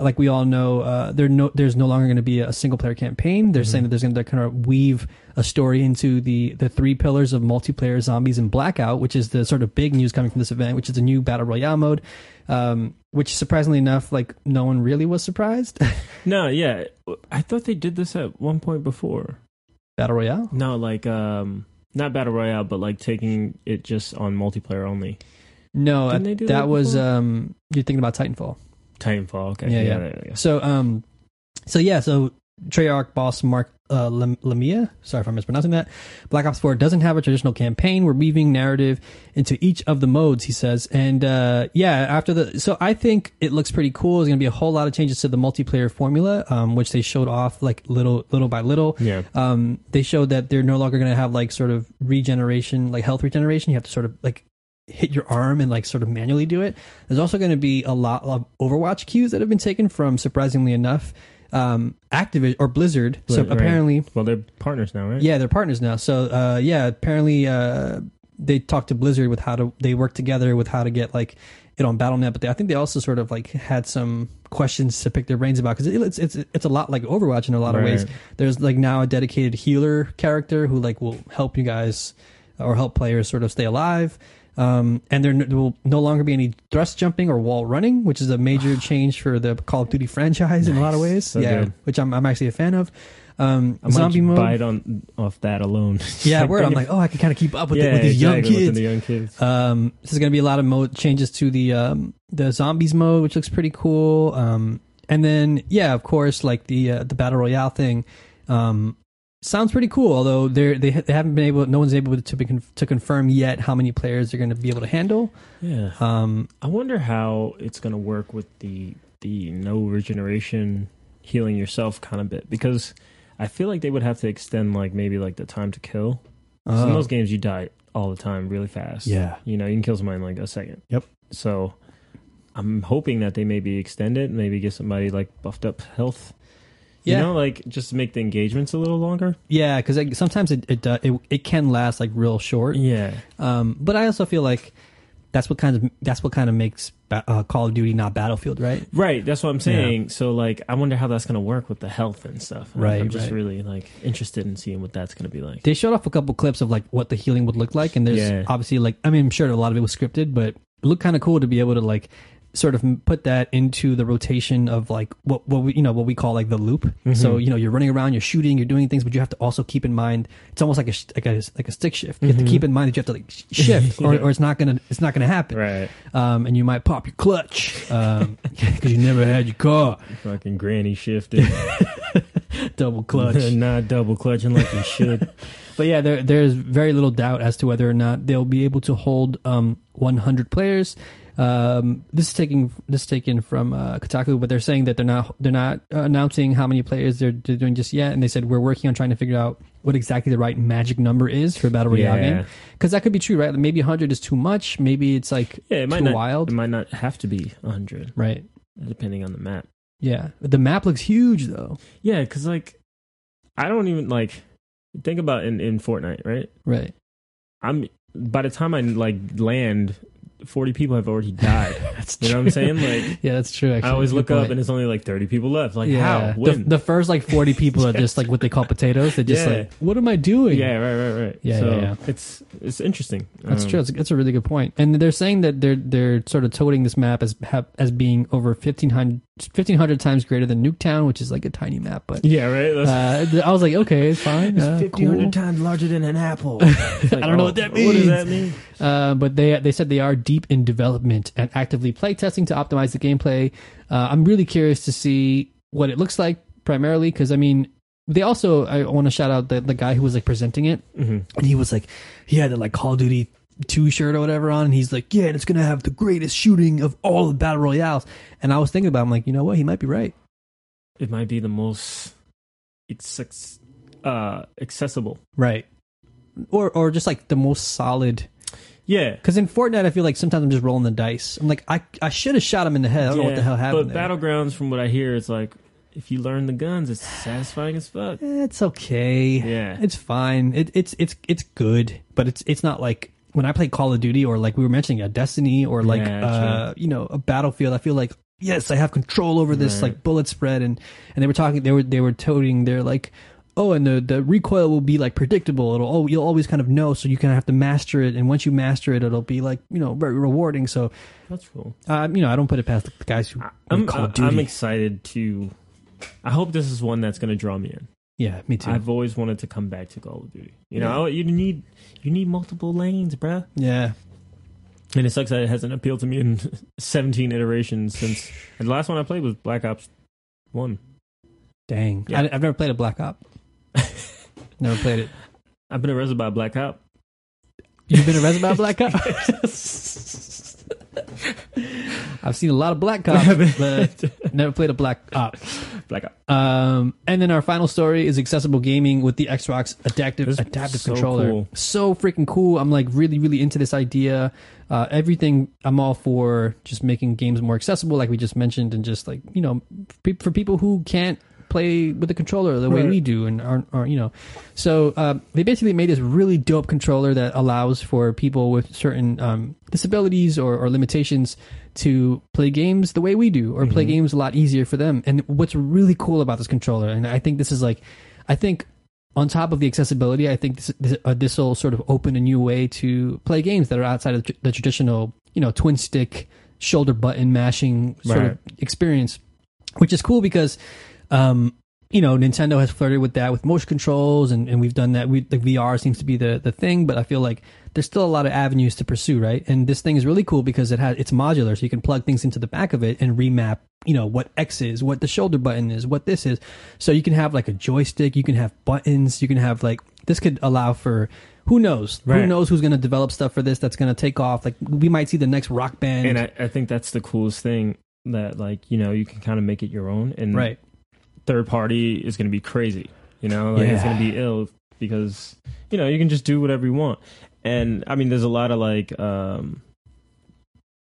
A: Like we all know, uh, there no, there's no longer going to be a single player campaign. They're saying that there's going to kind of weave a story into the the three pillars of multiplayer, zombies, and blackout, which is the sort of big news coming from this event, which is the new battle royale mode. Um, which surprisingly enough, like no one really was surprised.
B: No, yeah. I thought they did this at one point before.
A: Battle Royale?
B: No, like um not battle royale, but like taking it just on multiplayer only.
A: No,
B: Didn't
A: I-
B: they do
A: that,
B: that
A: was
B: before?
A: um you're thinking about Titanfall.
B: Titanfall. Okay.
A: Yeah, yeah.
B: there we go.
A: So um so yeah, so Treyarch boss Mark uh, Lem- Lemia, sorry if I'm mispronouncing that. Black Ops 4 doesn't have a traditional campaign. We're weaving narrative into each of the modes, he says. And uh, yeah, after the so I think it looks pretty cool. There's going to be a whole lot of changes to the multiplayer formula, um, which they showed off like little little by little.
B: Yeah.
A: um, they showed that they're no longer going to have like sort of regeneration, like health regeneration. You have to sort of like hit your arm and like sort of manually do it. There's also going to be a lot of Overwatch cues that have been taken from, surprisingly enough, um, Activision or Blizzard. So
B: Right, right.
A: apparently,
B: Well, they're partners now, right?
A: yeah, they're partners now. So uh, yeah, apparently uh, they talked to Blizzard with how to they work together with how to get like it on BattleNet. But they, I think they also sort of like had some questions to pick their brains about because it, it's it's it's a lot like Overwatch in a lot of ways.
B: Right.
A: There's like now a dedicated healer character who like will help you guys or help players sort of stay alive. Um, and there, n- there will no longer be any thrust jumping or wall running, which is a major change for the Call of Duty franchise in a lot of
B: Nice.
A: ways.
B: So
A: yeah,
B: good.
A: which I'm, I'm actually a fan of. Um,
B: I might
A: zombie
B: just
A: mode.
B: Bite on off that alone.
A: Yeah,
B: Like,
A: word.
B: bring
A: I'm
B: it-
A: like, oh, I can kind of keep up with, the,
B: Yeah,
A: with these young
B: exactly, with
A: kids.
B: the young kids.
A: Um, this is going to be a lot of mo- changes to the um, the zombies mode, which looks pretty cool. Um, and then, yeah, of course, like the uh, the battle royale thing. Um, sounds pretty cool. Although they're, they they haven't been able, no one's able to be con- to confirm yet how many players they're going to be able to handle.
B: Yeah.
A: Um,
B: I wonder how it's going to work with the the no regeneration healing yourself kind of bit because I feel like they would have to extend like maybe like the time to kill. 'Cause in
A: uh,
B: those games you die all the time really fast.
A: yeah,
B: You know, you can kill somebody in like a second.
A: Yep.
B: So I'm hoping that they maybe extend it, maybe get somebody like buffed up health.
A: Yeah.
B: You know, like just to make the engagements a little longer.
A: yeah, because sometimes it it, do- it it can last like real short.
B: Yeah.
A: Um, but I also feel like that's what kind of that's what kind of makes ba- uh, Call of Duty not Battlefield, right?
B: Right, that's what I'm saying. So like I wonder how that's gonna work with the health and stuff. I'm-
A: Right,
B: I'm just
A: right.
B: really like interested in seeing what that's gonna be like.
A: They showed off a couple clips of like what the healing would look like, and there's
B: Yeah.
A: obviously like I mean I'm sure a lot of it was scripted, but it looked kind of cool to be able to like sort of m- put that into the rotation of like what what we you know what we call like the loop. So
B: Mm-hmm.
A: you know you're running around, you're shooting, you're doing things, but you have to also keep in mind it's almost like a sh- like a like a stick shift. You have
B: Mm-hmm.
A: to keep in mind that you have to like sh- shift, or, or it's not gonna it's not gonna happen.
B: Right.
A: Um, and you might pop your clutch because you never had your car.
B: Fucking granny shifted.
A: double clutch.
B: Not double clutching like you should.
A: but yeah, there, there's very little doubt as to whether or not they'll be able to hold um, 100 players. Um, this is taking this is taken from uh, Kotaku, but they're saying that they're not they're not uh, announcing how many players they're, they're doing just yet, and they said we're working on trying to figure out what exactly the right magic number is for a battle royale
B: Yeah.
A: game because that could be true, right? Maybe 100 is too much, maybe it's like
B: Yeah, it might
A: too
B: not
A: wild,
B: it might not have to be hundred,
A: right?
B: depending on the map.
A: Yeah, the map looks huge though,
B: Yeah, because like I don't even like think about in, in Fortnite, right?
A: right?
B: I'm by the time I like land, forty people have already died.
A: that's
B: you know what I'm saying? Like
A: yeah, that's true. Actually,
B: I always
A: Good
B: look
A: point.
B: up and it's only like 30 people left. Like, how?
A: The,
B: When?
A: the first like 40 people are just like what they call potatoes. They're just
B: Yeah.
A: like, what am I doing?
B: yeah, right, right, right.
A: Yeah,
B: so
A: yeah, yeah.
B: it's it's interesting.
A: That's
B: Um,
A: true. That's, that's a really good point. And they're saying that they're they're sort of toting this map as have, as being over 1500, 1500 times greater than Nuketown, which is like a tiny map. But
B: Yeah, right. That's
A: uh, I was like, okay, it's fine. Uh, cool.
B: times larger than an apple. It's like, oh,
A: I don't know what that
B: What does
A: means.
B: that mean?
A: Uh, but they they said they are deep in development and actively playtesting to optimize the gameplay. Uh, I'm really curious to see what it looks like primarily because I mean they also I want to shout out the the guy who was like presenting it
B: Mm-hmm.
A: and he was like he had the like Call of Duty two shirt or whatever on and he's like yeah and it's gonna have the greatest shooting of all the battle royales and I was thinking about it, I'm like you know what he might be right
B: It might be the most it's ex- uh, accessible.
A: right or or just like the most solid
B: Yeah.
A: because in Fortnite I feel like sometimes I'm just rolling the dice I'm like I I should have shot him in the head I don't know what the
B: Yeah.
A: hell happened
B: But
A: there.
B: Battlegrounds, from what I hear, it's like if you learn the guns, it's satisfying as fuck.
A: Eh, It's okay.
B: Yeah.
A: It's fine. It, it's it's it's good, but it's it's not like when I play Call of Duty or like we were mentioning a Destiny or like
B: Yeah,
A: uh you know a Battlefield. I feel like yes, I have control over this
B: Right.
A: like bullet spread and and they were talking they were they were toting their like oh and the the recoil will be like predictable. It'll oh you'll always kind of know so you kind of have to master it and once you master it it'll be like you know very rewarding. So
B: That's cool.
A: um, you know I don't put it past the guys who
B: I'm,
A: Call of
B: I- I'm
A: Duty.
B: excited to. I hope this is one that's going to draw me in.
A: yeah me too
B: I've always wanted to come back to Call of Duty. You
A: Yeah.
B: know, I- you need you need multiple lanes, bruh.
A: yeah
B: And it sucks that it hasn't appealed to me in 17 iterations since. And the last one I played was Black Ops One.
A: dang
B: Yeah.
A: I, I've never played a Black Op. Never played it.
B: I've been arrested by Black Ops.
A: You've been arrested by a black cop? I've seen a lot of black cops, but never played a black cop.
B: Black Ops.
A: Um, and then our final story is accessible gaming with the Xbox adaptive
B: This is
A: adaptive
B: so
A: controller.
B: cool.
A: So freaking cool! I'm like really really into this idea. Uh, everything I'm all for just making games more accessible, like we just mentioned, and just like you know pe- for people who can't play with the controller the way
B: Right.
A: we do and aren't, aren't you know so um, they basically made this really dope controller that allows for people with certain um, disabilities or, or limitations to play games the way we do or play games a lot easier for them. And what's really cool about this controller, and I think this is like, I think on top of the accessibility, I think this this, uh, this will sort of open a new way to play games that are outside of the, tr- the traditional, you know, twin stick shoulder button mashing sort
B: Right.
A: of experience, which is cool because um, you know, Nintendo has flirted with that with motion controls, and, and we've done that. We the VR seems to be the the thing, but I feel like there's still a lot of avenues to pursue, right? And this thing is really cool because it has it's modular, so you can plug things into the back of it and remap. You know what X is, what the shoulder button is, what this is. So you can have like a joystick, you can have buttons, you can have like this could allow for who knows, who
B: Right.
A: knows who's going to develop stuff for this that's going to take off. Like we might see the next rock band,
B: and I, I think that's the coolest thing that like you know you can kind of make it your own and
A: right?
B: third party is going to be crazy. You know, like
A: Yeah.
B: it's going to be ill because you know you can just do whatever you want. And I mean, there's a lot of like um,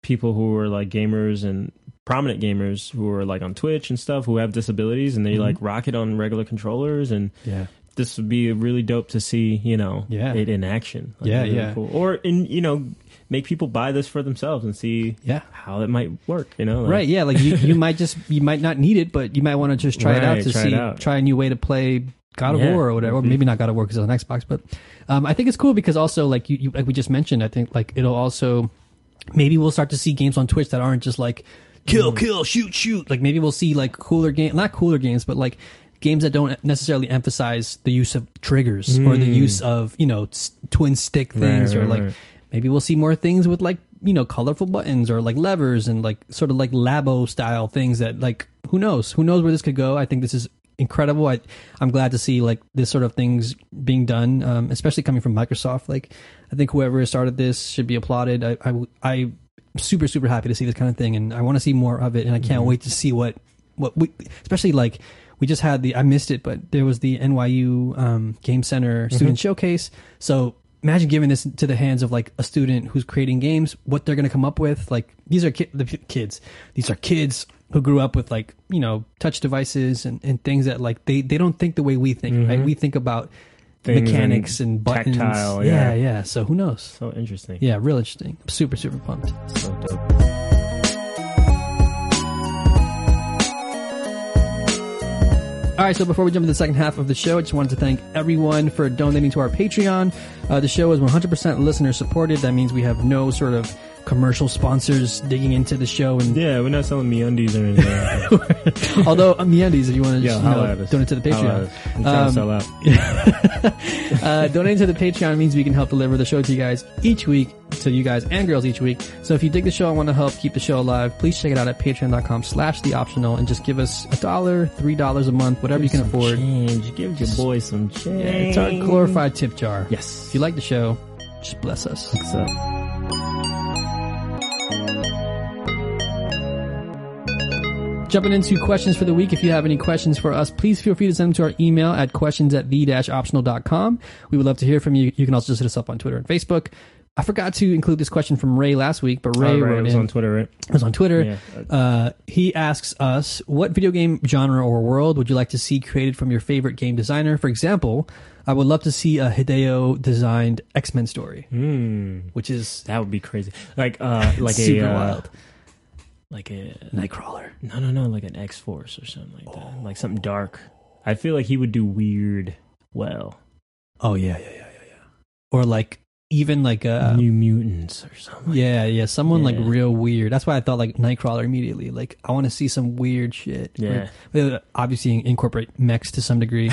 B: people who are like gamers and prominent gamers who are like on Twitch and stuff who have disabilities and they
A: Mhm.
B: like rock it on regular controllers. And
A: Yeah,
B: this would be really dope to see. You know,
A: Yeah.
B: it in action. Like,
A: Yeah,
B: really
A: yeah.
B: cool. Or in you know, make people buy this for themselves and see
A: yeah.
B: how it might work. You know, like,
A: right yeah like you, you might just you might not need it but you might want to just try it out
B: Right,
A: to
B: try it
A: see
B: out.
A: try a new way to play god of
B: Yeah, mm-hmm.
A: war or whatever or
B: maybe.
A: maybe not god of war because it's on xbox but um, i think it's cool because also like you, you like we just mentioned i think like it'll also maybe we'll start to see games on twitch that aren't just like kill kill shoot shoot like maybe we'll see like cooler game not cooler games but like games that don't necessarily emphasize the use of triggers or the use of you know s- twin stick things or
B: Hmm. right,
A: like
B: right.
A: maybe we'll see more things with like you know colorful buttons or like levers and like sort of like labo style things that like who knows who knows where this could go i think this is incredible I, i'm glad to see like this sort of things being done um, especially coming from microsoft like i think whoever started this should be applauded i i, I super super happy to see this kind of thing and i want to see more of it and i can't
B: Mm-hmm.
A: wait to see what what we, especially like we just had the i missed it but there was the nyu um, game center student
B: Mm-hmm.
A: showcase so imagine giving this to the hands of like a student who's creating games what they're going to come up with like these are ki- the p- kids these are kids who grew up with like you know touch devices and, and things that like they, they don't think the way we think right we think about
B: Mm-hmm. Things and
A: mechanics and, buttons
B: tactile,
A: yeah
B: yeah.
A: yeah so who knows
B: So interesting.
A: yeah real interesting i'm super super pumped
B: So dope.
A: All right, so before we jump into the second half of the show, I just wanted to thank everyone for donating to our Patreon. Uh, the show is 100% listener supported. That means we have no sort of commercial sponsors digging into the show. And
B: Yeah, we're not selling me undies or anything. like that.
A: although um, the undies, if you want to
B: yeah,
A: just you
B: holla
A: know,
B: at us.
A: donate to the
B: Holla
A: Patreon,
B: at us. I'm trying to
A: Um,
B: sell out.
A: uh, donating to the Patreon means we can help deliver the show to you guys each week, to you guys and girls each week. So if you dig the show and want to help keep the show alive, please check it out at patreon.com slash the optional and just give us a dollar, three dollars a month, whatever you can
B: Some
A: afford.
B: Change. Give your boy some change.
A: Yeah, it's our glorified tip jar.
B: Yes.
A: If you like the show, just bless us.
B: What's up?
A: Jumping into questions for the week. If you have any questions for us, please feel free to send them to our email at questions at the-optional.com. We would love to hear from you. You can also just hit us up on Twitter and Facebook. I forgot to include this question from Ray last week, but Ray
B: All right,
A: wrote
B: Oh, it was
A: in-
B: on Twitter, right?
A: it was on Twitter.
B: Yeah.
A: Uh, he asks us, what video game genre or world would you like to see created from your favorite game designer? For example, I would love to see a Hideo designed X-Men story,
B: Mm,
A: which is
B: that would be crazy. Like, uh, like
A: super
B: a uh,
A: wild.
B: like a
A: Nightcrawler.
B: no, no, no, like an X Force or something like that, like
A: Oh.
B: something dark. I feel like he would do weird. Well,
A: Oh yeah, yeah, yeah, yeah, yeah. Or like even like uh
B: New Mutants or something.
A: yeah, yeah, someone like
B: Yeah.
A: real weird. That's why I thought like Nightcrawler immediately. Like I want to see some weird shit.
B: Yeah.
A: Uh, Obviously incorporate mechs to some degree.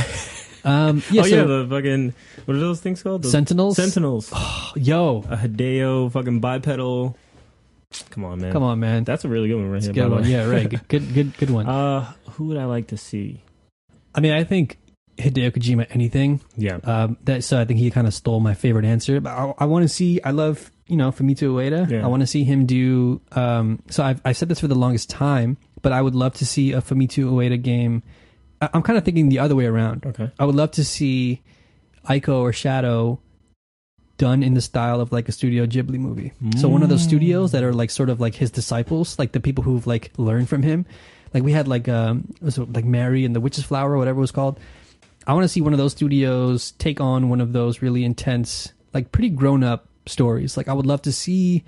A: um yeah,
B: oh
A: so
B: yeah, the fucking what are those things called? The
A: Sentinels.
B: Sentinels.
A: Yo,
B: a Hideo fucking bipedal. Come on, man.
A: come on man.
B: That's a really good one right here.
A: Good
B: by
A: one.
B: the way.
A: Yeah, right. Good good good, good one.
B: Uh, who would I like to see?
A: I mean, I think Hideo Kojima anything.
B: Yeah.
A: Um that so I think he kind of stole my favorite answer, but I, I want to see I love, you know, Fumito Ueda.
B: Yeah.
A: I want to see him do um so I've I said this for the longest time, but I would love to see a Fumito Ueda game. I, I'm kind of thinking the other way around.
B: Okay.
A: I would love to see Ico or Shadow done in the style of like a Studio Ghibli movie. So one of those studios that are like sort of like his disciples, like the people who've like learned from him. Like we had like um was it like Mary and the Witch's Flower or whatever it was called. I want to see one of those studios take on one of those really intense, like pretty grown up stories. Like I would love to see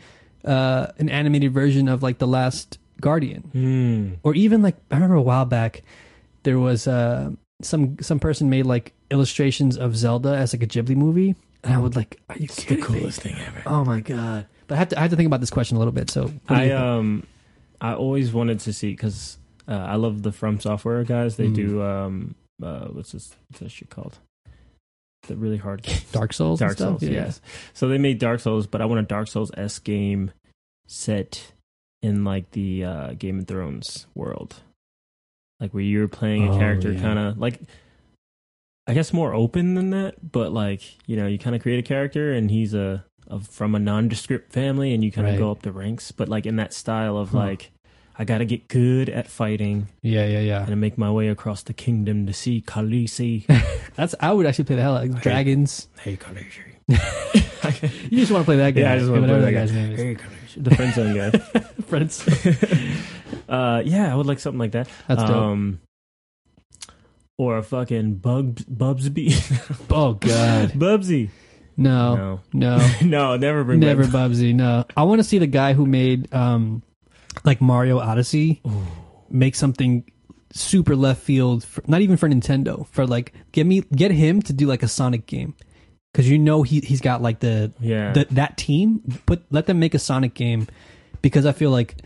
A: uh an animated version of like The Last Guardian
B: Hmm.
A: or even like I remember a while back there was uh, some some person made like illustrations of Zelda as like a Ghibli movie, and I would like, are you
B: Oh, It's the
A: kidding me?
B: coolest thing ever.
A: Oh my god! But I have to I have to think about this question a little bit. So what do
B: I
A: you think?
B: um, I always wanted to see because uh, I love the From Software guys. They
A: Mm.
B: do um, uh, what's this what's that shit called? The really hard game.
A: Dark Souls. and
B: Dark
A: stuff?
B: Souls, yes. So they made Dark Souls, but I want a Dark Souls S game set in like the uh, Game of Thrones world, like where you're playing a
C: Oh,
B: character
C: yeah.
B: kind of like, I guess more open than that, but like you know you kind of create a character and he's a, a from a nondescript family and you kind of
C: Right.
B: go up the ranks, but like in that style of
C: Huh.
B: like. I gotta get good at fighting
C: Yeah, yeah, yeah.
B: and make my way across the kingdom to see Khaleesi.
A: That's I would actually play the hell out of dragons.
B: hey, Khaleesi.
A: You just want to play that game.
B: Yeah, I just wanna
A: Whatever
B: play that
A: guy's name is.
B: the friend zone guy.
A: Friends.
B: uh, yeah, I would like something like that.
A: That's dope.
B: um, Or a fucking Bub Bubsby,
A: oh god.
B: Bubsy.
A: No.
B: No,
A: No.
B: no, never bring
A: Never
B: Back.
A: Bubsy. No. I want to see the guy who made um like Mario Odyssey make something super left field for, not even for Nintendo for like get me get him to do like a Sonic game. Cuz you know he he's got like the
B: Yeah,
A: that that team put let them make a Sonic game because I feel like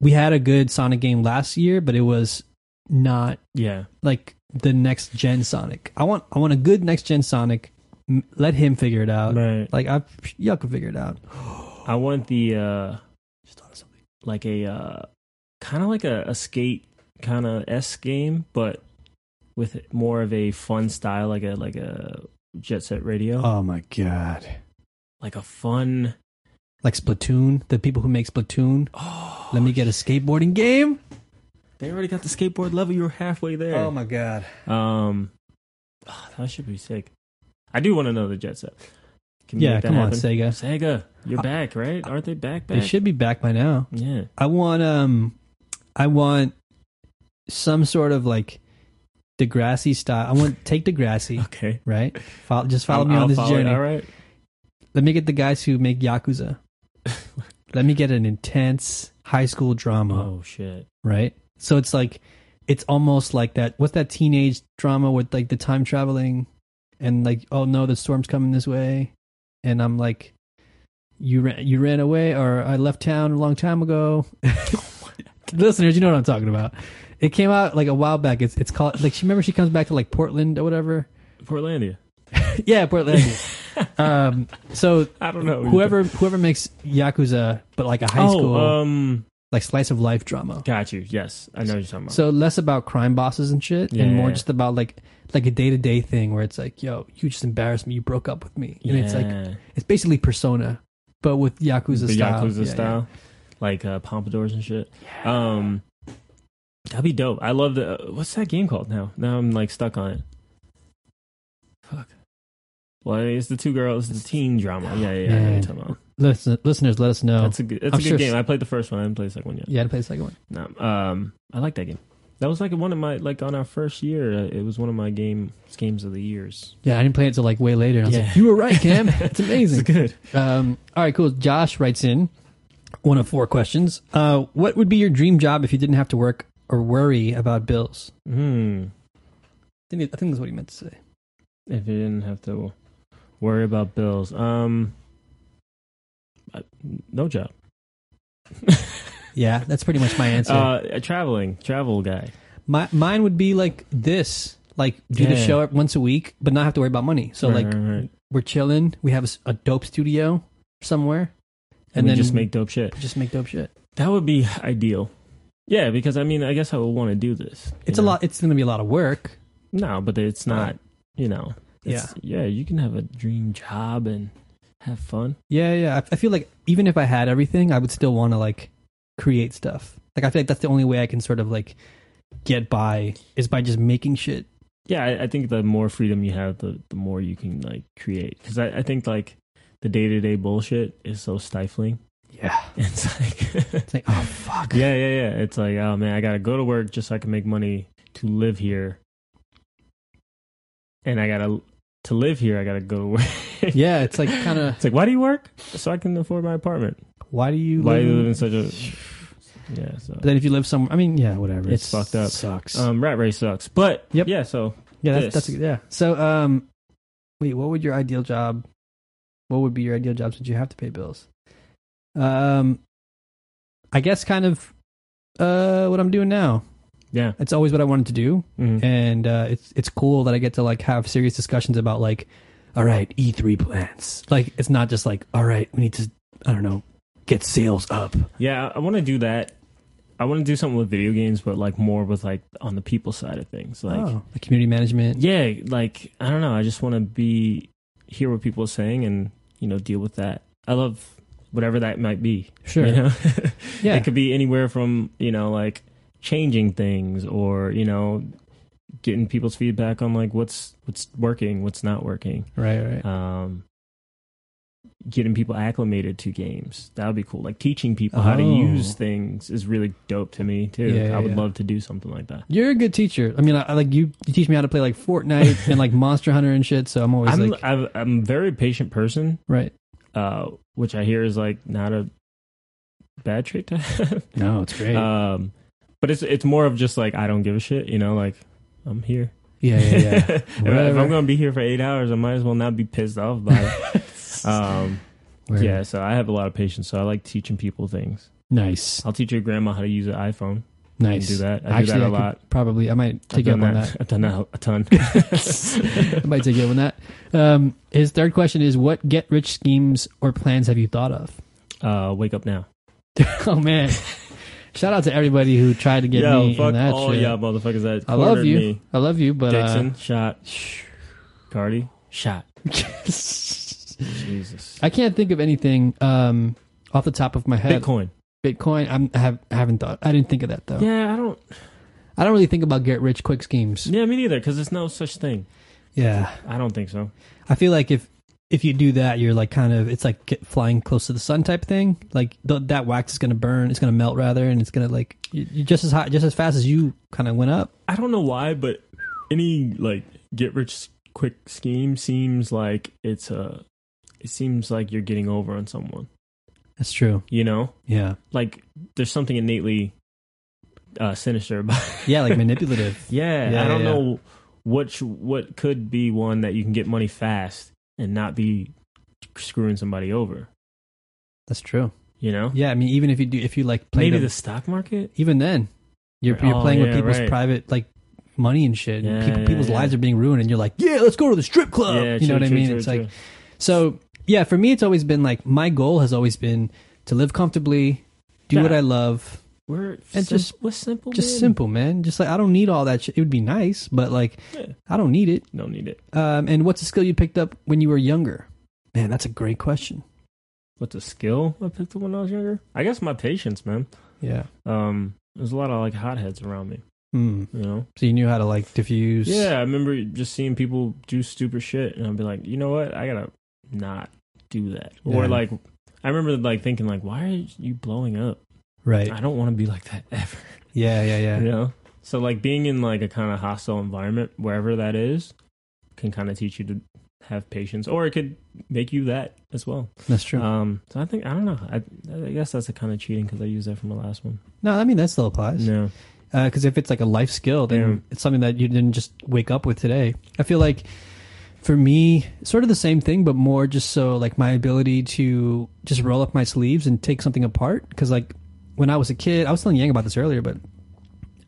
A: we had a good Sonic game last year, but it was not
B: yeah,
A: like the next gen Sonic. I want I want a good next gen Sonic. M- Let him figure it out.
B: right.
A: Like I y'all can figure it out. oh.
B: I want the uh,
A: Just thought of something.
B: like a uh, kind of like a, a skate kind of s game, but with more of a fun style, like a like a jet set radio,
A: Uh,
C: Oh my god.
B: like a fun.
A: Like Splatoon, the people who make Splatoon.
B: Oh,
A: Let me get a skateboarding game.
B: they already got the skateboard level. You're halfway there.
A: my god.
B: Um, oh, that should be sick. I do want to know the Jet Set. Can you
A: Yeah,
B: make that
A: come on,
B: happen?
A: Sega.
B: Sega, you're
A: I-
B: back, right? Aren't they back? Back?
A: They should be back by now.
B: Yeah.
A: I want um I want some sort of like Degrassi style. I want take Degrassi,
B: Okay.
A: right? Follow, just follow
B: I'll-
A: me
B: I'll
A: on this
B: follow it,
A: journey.
B: All right.
A: Let me get the guys who make Yakuza. Let me get an intense high school drama,
B: Oh shit.
A: right? So it's like it's almost like that what's that teenage drama with like the time traveling and like oh no the storm's coming this way and I'm like you ran you ran away or I left town a long time ago. Listeners, you know what I'm talking about. It came out like a while back. It's it's called like she remember she comes back to like Portland or whatever.
B: Portlandia.
A: Yeah, Portland. um so
B: I don't know.
A: whoever whoever makes Yakuza but like a high
B: oh,
A: school
B: um,
A: like slice of life drama.
B: got you. Yes, I know what you're talking about.
A: So less about crime bosses and shit, and more
B: Yeah.
A: just about like like a day to day thing where it's like, yo, you just embarrassed me, you broke up with me, and it's like
B: Yeah.
A: it's basically Persona, but with Yakuza
B: the
A: style.
B: Yakuza
A: Yeah, yeah.
B: style, like uh, pompadours and shit. Um, that'd be dope. I love the uh, what's that game called now? Now I'm like stuck on it. Fuck. Well, it's the two girls, the teen drama. Yeah, yeah, yeah. I know what you're
A: Man.
B: talking about.
A: Listen, listeners, let us know.
B: That's a good. That's
A: I'm
B: a good
A: sure
B: game.
A: s-
B: I played the first one. I didn't play the second one yet.
A: you had to play the second one.
B: No, um, I like that game. That was like one of my like on our first year. uh, It was one of my game games of the years.
A: Yeah, I didn't play it until like way later. And I was
B: Yeah.
A: like, you were right, Cam. it's amazing.
B: It's good.
A: Um, all right, cool. Josh writes in one of four questions. Uh, what would be your dream job if you didn't have to work or worry about bills?
B: Hmm.
A: I think, I think that's what he meant to say.
B: if you didn't have to worry about bills um uh, no job
A: Yeah, that's pretty much my answer.
B: uh a traveling travel guy
A: My mine would be like this, like do the
B: Yeah.
A: show once a week, but not have to worry about money. So
B: Right,
A: like
B: right, right.
A: we're chilling, we have a s- a, dope studio somewhere,
B: and we just make dope shit
A: just make dope shit.
B: that would be ideal yeah because i mean i guess i would want to do this you
A: It's a
B: know?
A: lot. It's gonna be a lot of work.
B: no but it's not you know it's, yeah yeah you can have a dream job and have fun
A: Yeah, yeah. I, I feel like even if I had everything, I would still want to like create stuff. Like I feel like that's the only way I can sort of like get by is by just making shit.
B: yeah i, I think the more freedom you have the, the more you can like create because I, I think like the day-to-day bullshit is so stifling
A: Yeah.
B: it's like
A: It's like oh fuck.
B: Yeah, yeah, yeah. It's like, oh man, I gotta go to work just so I can make money to live here, and I gotta to live here. I gotta go to work.
A: Yeah, it's like kind of
B: It's like, why do you work? So I can afford my apartment.
A: why do you
B: Why do you
A: live
B: live in such a yeah? So
A: But then if you live somewhere, I mean, yeah, whatever.
B: It's
A: It
B: fucked up.
A: Sucks.
B: um, rat race sucks. But
A: Yep.
B: yeah. So
A: Yeah, that's,
B: this.
A: that's a, yeah. So, um, wait, what would your ideal job? What would be your ideal job since you have to pay bills? Um, I guess kind of uh what I'm doing now,
B: Yeah.
A: It's always what I wanted to do,
B: Mhm.
A: and uh, it's it's cool that I get to like have serious discussions about like, all right, E three plans. Like it's not just like, all right, we need to, I don't know, get sales up.
B: Yeah, I, I want to do that. I want to do something with video games, but like more with like on the people side of things. Like,
A: oh, like community management.
B: yeah, like I don't know. I just want to be hear what people are saying and you know deal with that. I love whatever that might be.
A: Sure.
B: You know?
A: Yeah.
B: It could be anywhere from, you know, like changing things or, you know, getting people's feedback on like what's what's working, what's not working.
A: right. Right.
B: Um getting people acclimated to games. That would be cool. Like teaching people how to
A: Oh.
B: use things is really dope to me too.
A: Yeah, yeah,
B: I would
A: yeah.
B: love to do something like that.
A: You're a good teacher. I mean, I, I like you. You teach me how to play like Fortnite and like Monster Hunter and shit. So I'm always
B: I'm
A: like,
B: I've, I'm a very patient person,
A: right?
B: uh which I hear is like not a bad trait to have.
A: No, it's great.
B: Um but it's it's more of just like I don't give a shit, you know, like I'm here.
A: yeah, yeah, yeah.
B: if, I- if
A: Whatever.
B: I'm gonna be here for eight hours, I might as well not be pissed off by it.
A: Uh,
B: um,
A: Word.
B: yeah, so I have a lot of patience. So I like teaching people things.
A: Nice.
B: I'll teach your grandma how to use an iPhone. I
A: Nice.
B: Do that.
A: Actually,
B: I do that
A: I
B: a
A: could
B: lot.
A: Probably, I might
B: I've
A: take you up
B: done
A: on that.
B: that. I've done that a ton.
A: I might take you up on that. Um, his third question is, what get rich schemes or plans have you thought of?
B: Uh, wake up now.
A: oh man! Shout out to everybody who tried to get
B: Yo,
A: me
B: fuck
A: in that
B: all
A: shit.
B: y'all motherfuckers that
A: I love
B: cornered
A: you.
B: me.
A: I love you, but
B: Dixon
A: uh,
B: shot. Cardi shot. Jesus.
A: I can't think of anything um, off the top of my head.
B: Bitcoin.
A: Bitcoin. I'm, I have I haven't thought. I didn't think of that though.
B: Yeah, I don't.
A: I don't really think about get rich quick schemes.
B: Yeah, me neither. Because there's no such thing.
A: Yeah,
B: I don't think so.
A: I feel like if if you do that, you're like kind of it's like get flying close to the sun type thing. Like th- that wax is gonna burn, it's gonna melt rather, and it's gonna like you you're just as hot, just as fast as you kind of went up.
B: I don't know why, but any like get rich quick scheme seems like it's a. It seems like you're getting over on someone.
A: That's true.
B: You know,
A: Yeah,
B: like there's something innately uh, sinister about.
A: yeah, like manipulative.
B: yeah,
A: Yeah,
B: I don't
A: yeah,
B: know what what could be one that you can get money fast and not be screwing somebody over.
A: That's true.
B: You know,
A: Yeah, I mean, even if you do, if you like play
B: maybe
A: them-
B: the stock market.
A: even then, you're you're
B: Oh,
A: playing with
B: yeah,
A: people's
B: right.
A: private like money and shit. and
B: Yeah,
A: people,
B: yeah,
A: people's
B: yeah.
A: lives are being ruined, and you're like, yeah, let's go to the strip club.
B: yeah,
A: you know
B: true,
A: what I
B: true,
A: mean?
B: true,
A: it's
B: true.
A: like so. Yeah, for me, it's always been like my goal has always been to live comfortably, do
B: Yeah.
A: what I love.
B: we're
A: and
B: sim-
A: just-
B: we're simple,
A: just
B: men.
A: simple man just like i don't need all that shit it would be nice but like
B: Yeah.
A: i don't need it
B: Don't need it.
A: um, and what's a skill you picked up when you were younger man that's a great question
B: What's a skill I picked up when I was younger? I guess my patience, man.
A: yeah
B: um there's a lot of like hotheads around me you know
A: Hmm. so you knew how to like diffuse
B: yeah i remember just seeing people do stupid shit and i'd be like you know what i gotta not do that or
A: Yeah.
B: like i remember like thinking like why are you blowing up
A: right
B: i don't want to be like that ever
A: yeah yeah yeah
B: you know so like being in like a kind of hostile environment wherever that is can kind of teach you to have patience or it could make you that as well
A: that's true
B: um so i think i don't know i, I guess that's a kind of cheating because i used that from the last one
A: no i mean that still applies
B: no
A: because if it's like a life skill, then
B: Yeah.
A: it's something that you didn't just wake up with today. I feel like for me, sort of the same thing, but more just so like my ability to just roll up my sleeves and take something apart. Because like when I was a kid, I was telling Yang about this earlier, but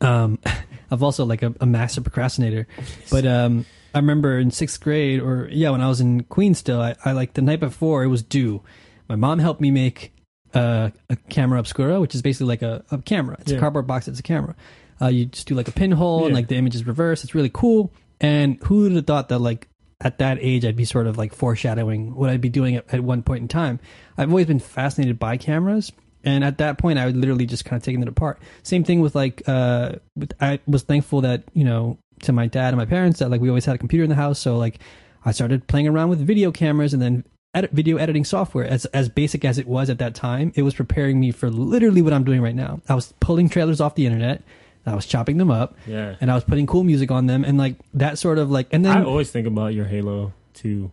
A: um, I've also like a, a massive procrastinator. But um, I remember in sixth grade, or yeah, when I was in Queens still, I, I like the night before it was due. My mom helped me make uh, a camera obscura, which is basically like a, a camera. It's a
B: Yeah.
A: cardboard box. It's a camera. Uh, you just do like a pinhole and
B: Yeah.
A: like the image is reversed. It's really cool. And who would have thought that like at that age I'd be sort of like foreshadowing what I'd be doing at, at one point in time. I've always been fascinated by cameras. And at that point, I would literally just kind of taken it apart. Same thing with like, uh, with, I was thankful that, you know, to my dad and my parents that like we always had a computer in the house. So like I started playing around with video cameras and then edit, video editing software as, as basic as it was at that time. It was preparing me for literally what I'm doing right now. I was pulling trailers off the internet. I was chopping them up
B: yeah
A: and I was putting cool music on them and like that sort of like, and then
B: I always think about your Halo 2.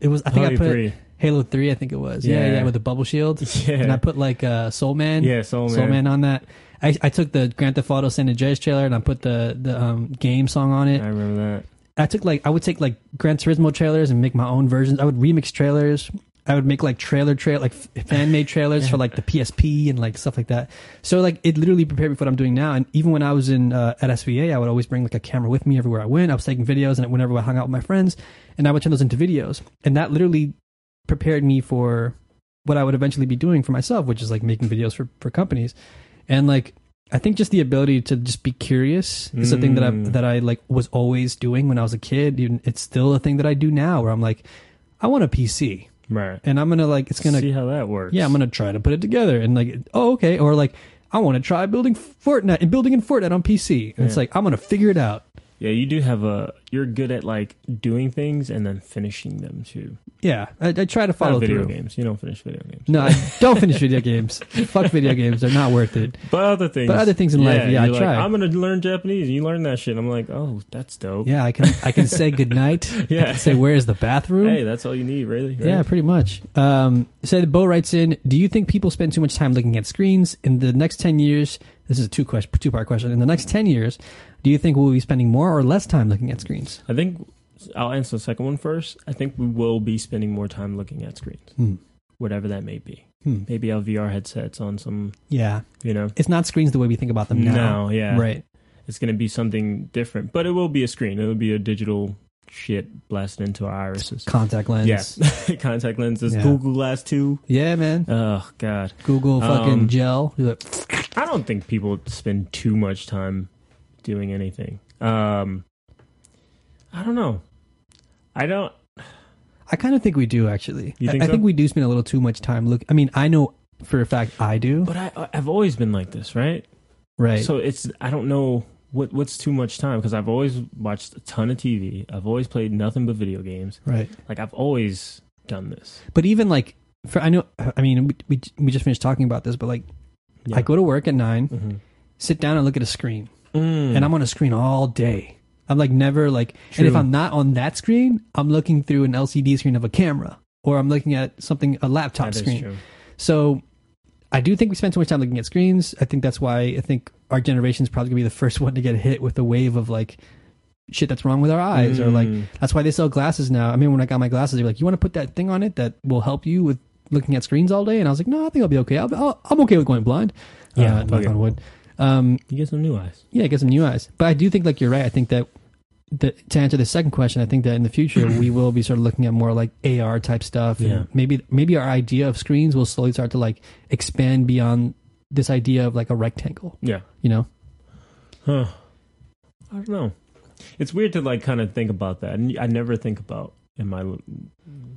A: it was, I think I
B: Halo
A: put it-
B: 3.
A: Halo Three, I think it was. Yeah, yeah,
B: Yeah.
A: with the bubble shield.
B: Yeah.
A: And I put like uh, Soul Man,
B: yeah, Soul Man.
A: Soul Man on that. I, I took the Grand Theft Auto San Andreas trailer and I put the the um, game song on it.
B: I remember that.
A: I took like I would take like Gran Turismo trailers and make my own versions. I would remix trailers. I would make like trailer trail like fan made trailers for like the PSP and like stuff like that. So like it literally prepared me for what I'm doing now. And even when I was in uh, at SVA, I would always bring like a camera with me everywhere I went. I was taking videos and whenever I hung out with my friends, and I would turn those into videos. And that literally prepared me for what I would eventually be doing for myself, which is like making videos for for companies. And like I think just the ability to just be curious is a thing that I
B: Mm.
A: that I like was always doing when I was a kid. Even it's still a thing that I do now, where I'm like, I want a PC,
B: Right.
A: and I'm gonna like it's gonna
B: see how that works.
A: yeah, I'm gonna try to put it together, and like oh okay, or like I want to try building Fortnite and building in Fortnite on PC, and it's
B: Yeah.
A: like I'm gonna figure it out.
B: Yeah, you do have a. You're good at like doing things and then finishing them too.
A: Yeah, I, I try to
B: Not
A: follow
B: video
A: through.
B: games. You don't finish video games.
A: No, I don't finish video games. Fuck video games; they're not worth it.
B: But other things.
A: But other things in life, yeah, I
B: you're like,
A: try.
B: I'm gonna learn Japanese. You learn that shit. I'm like, oh, that's dope.
A: Yeah, I can I can say goodnight. I
B: Yeah.
A: can say where is the bathroom?
B: Hey, that's all you need, really. right?
A: Yeah, pretty much. Um, so the Bo writes in, do you think people spend too much time looking at screens in the next 10 years? This is a two question, two part question. In the next 10 years, do you think we'll be spending more or less time looking at screens?
B: I think I'll answer the second one first. I think we will be spending more time looking at screens,
A: Hmm.
B: whatever that may be.
A: Hmm.
B: Maybe our VR headsets on some,
A: Yeah.
B: you know.
A: It's not screens the way we think about them now.
B: No, yeah.
A: Right.
B: It's going to be something different, but it will be a screen. It'll be a digital shit blasted into our irises.
A: Contact lens.
B: Yeah. Contact lenses,
A: Yeah.
B: Google Glass 2.
A: Yeah, man.
B: Oh, God.
A: Google fucking
B: Um,
A: gel. You're like,
B: I don't think people spend too much time doing anything. Um, I don't know. I don't.
A: I kind of think we do, actually.
B: You
A: I-
B: think
A: I,
B: so?
A: think we do spend a little too much time look. I mean, I know for a fact I do.
B: But I, I've always been like this, right?
A: Right.
B: So it's I don't know what what's too much time because I've always watched a ton of TV. I've always played nothing but video games.
A: right.
B: Like I've always done this.
A: But even like, for, I know, I mean, we, we, we just finished talking about this, but like, I go to work at nine,
B: Mhm.
A: sit down and look at a screen,
B: Mm.
A: and I'm on a screen all day. I'm like never like, and if
B: True.
A: I'm not on that screen, I'm looking through an LCD screen of a camera, or I'm looking at something a laptop
B: That is
A: screen.
B: true.
A: So, I do think we spend too much time looking at screens. I think that's why I think our generation is probably gonna be the first one to get hit with a wave of like shit that's wrong with our eyes, or like
B: Mm.
A: that's why they sell glasses now. I mean, when I got my glasses, they were like, "You want to put that thing on it that will help you with looking at screens all day?" And I was like, "No, I think I'll be okay. I'll, I'll, I'm okay with going blind."
B: Yeah,
A: uh, knock
B: okay.
A: on wood. Um,
B: you get some new eyes.
A: yeah, get some new eyes. But I do think, like, you're right. I think that, that to answer the second question, I think that in the future we will be sort of looking at more like AR type stuff. and
B: Yeah.
A: Maybe maybe our idea of screens will slowly start to like expand beyond this idea of like a rectangle.
B: Yeah.
A: You know?
B: Huh. I don't know. It's weird to like kind of think about that. And I never think about am I lo-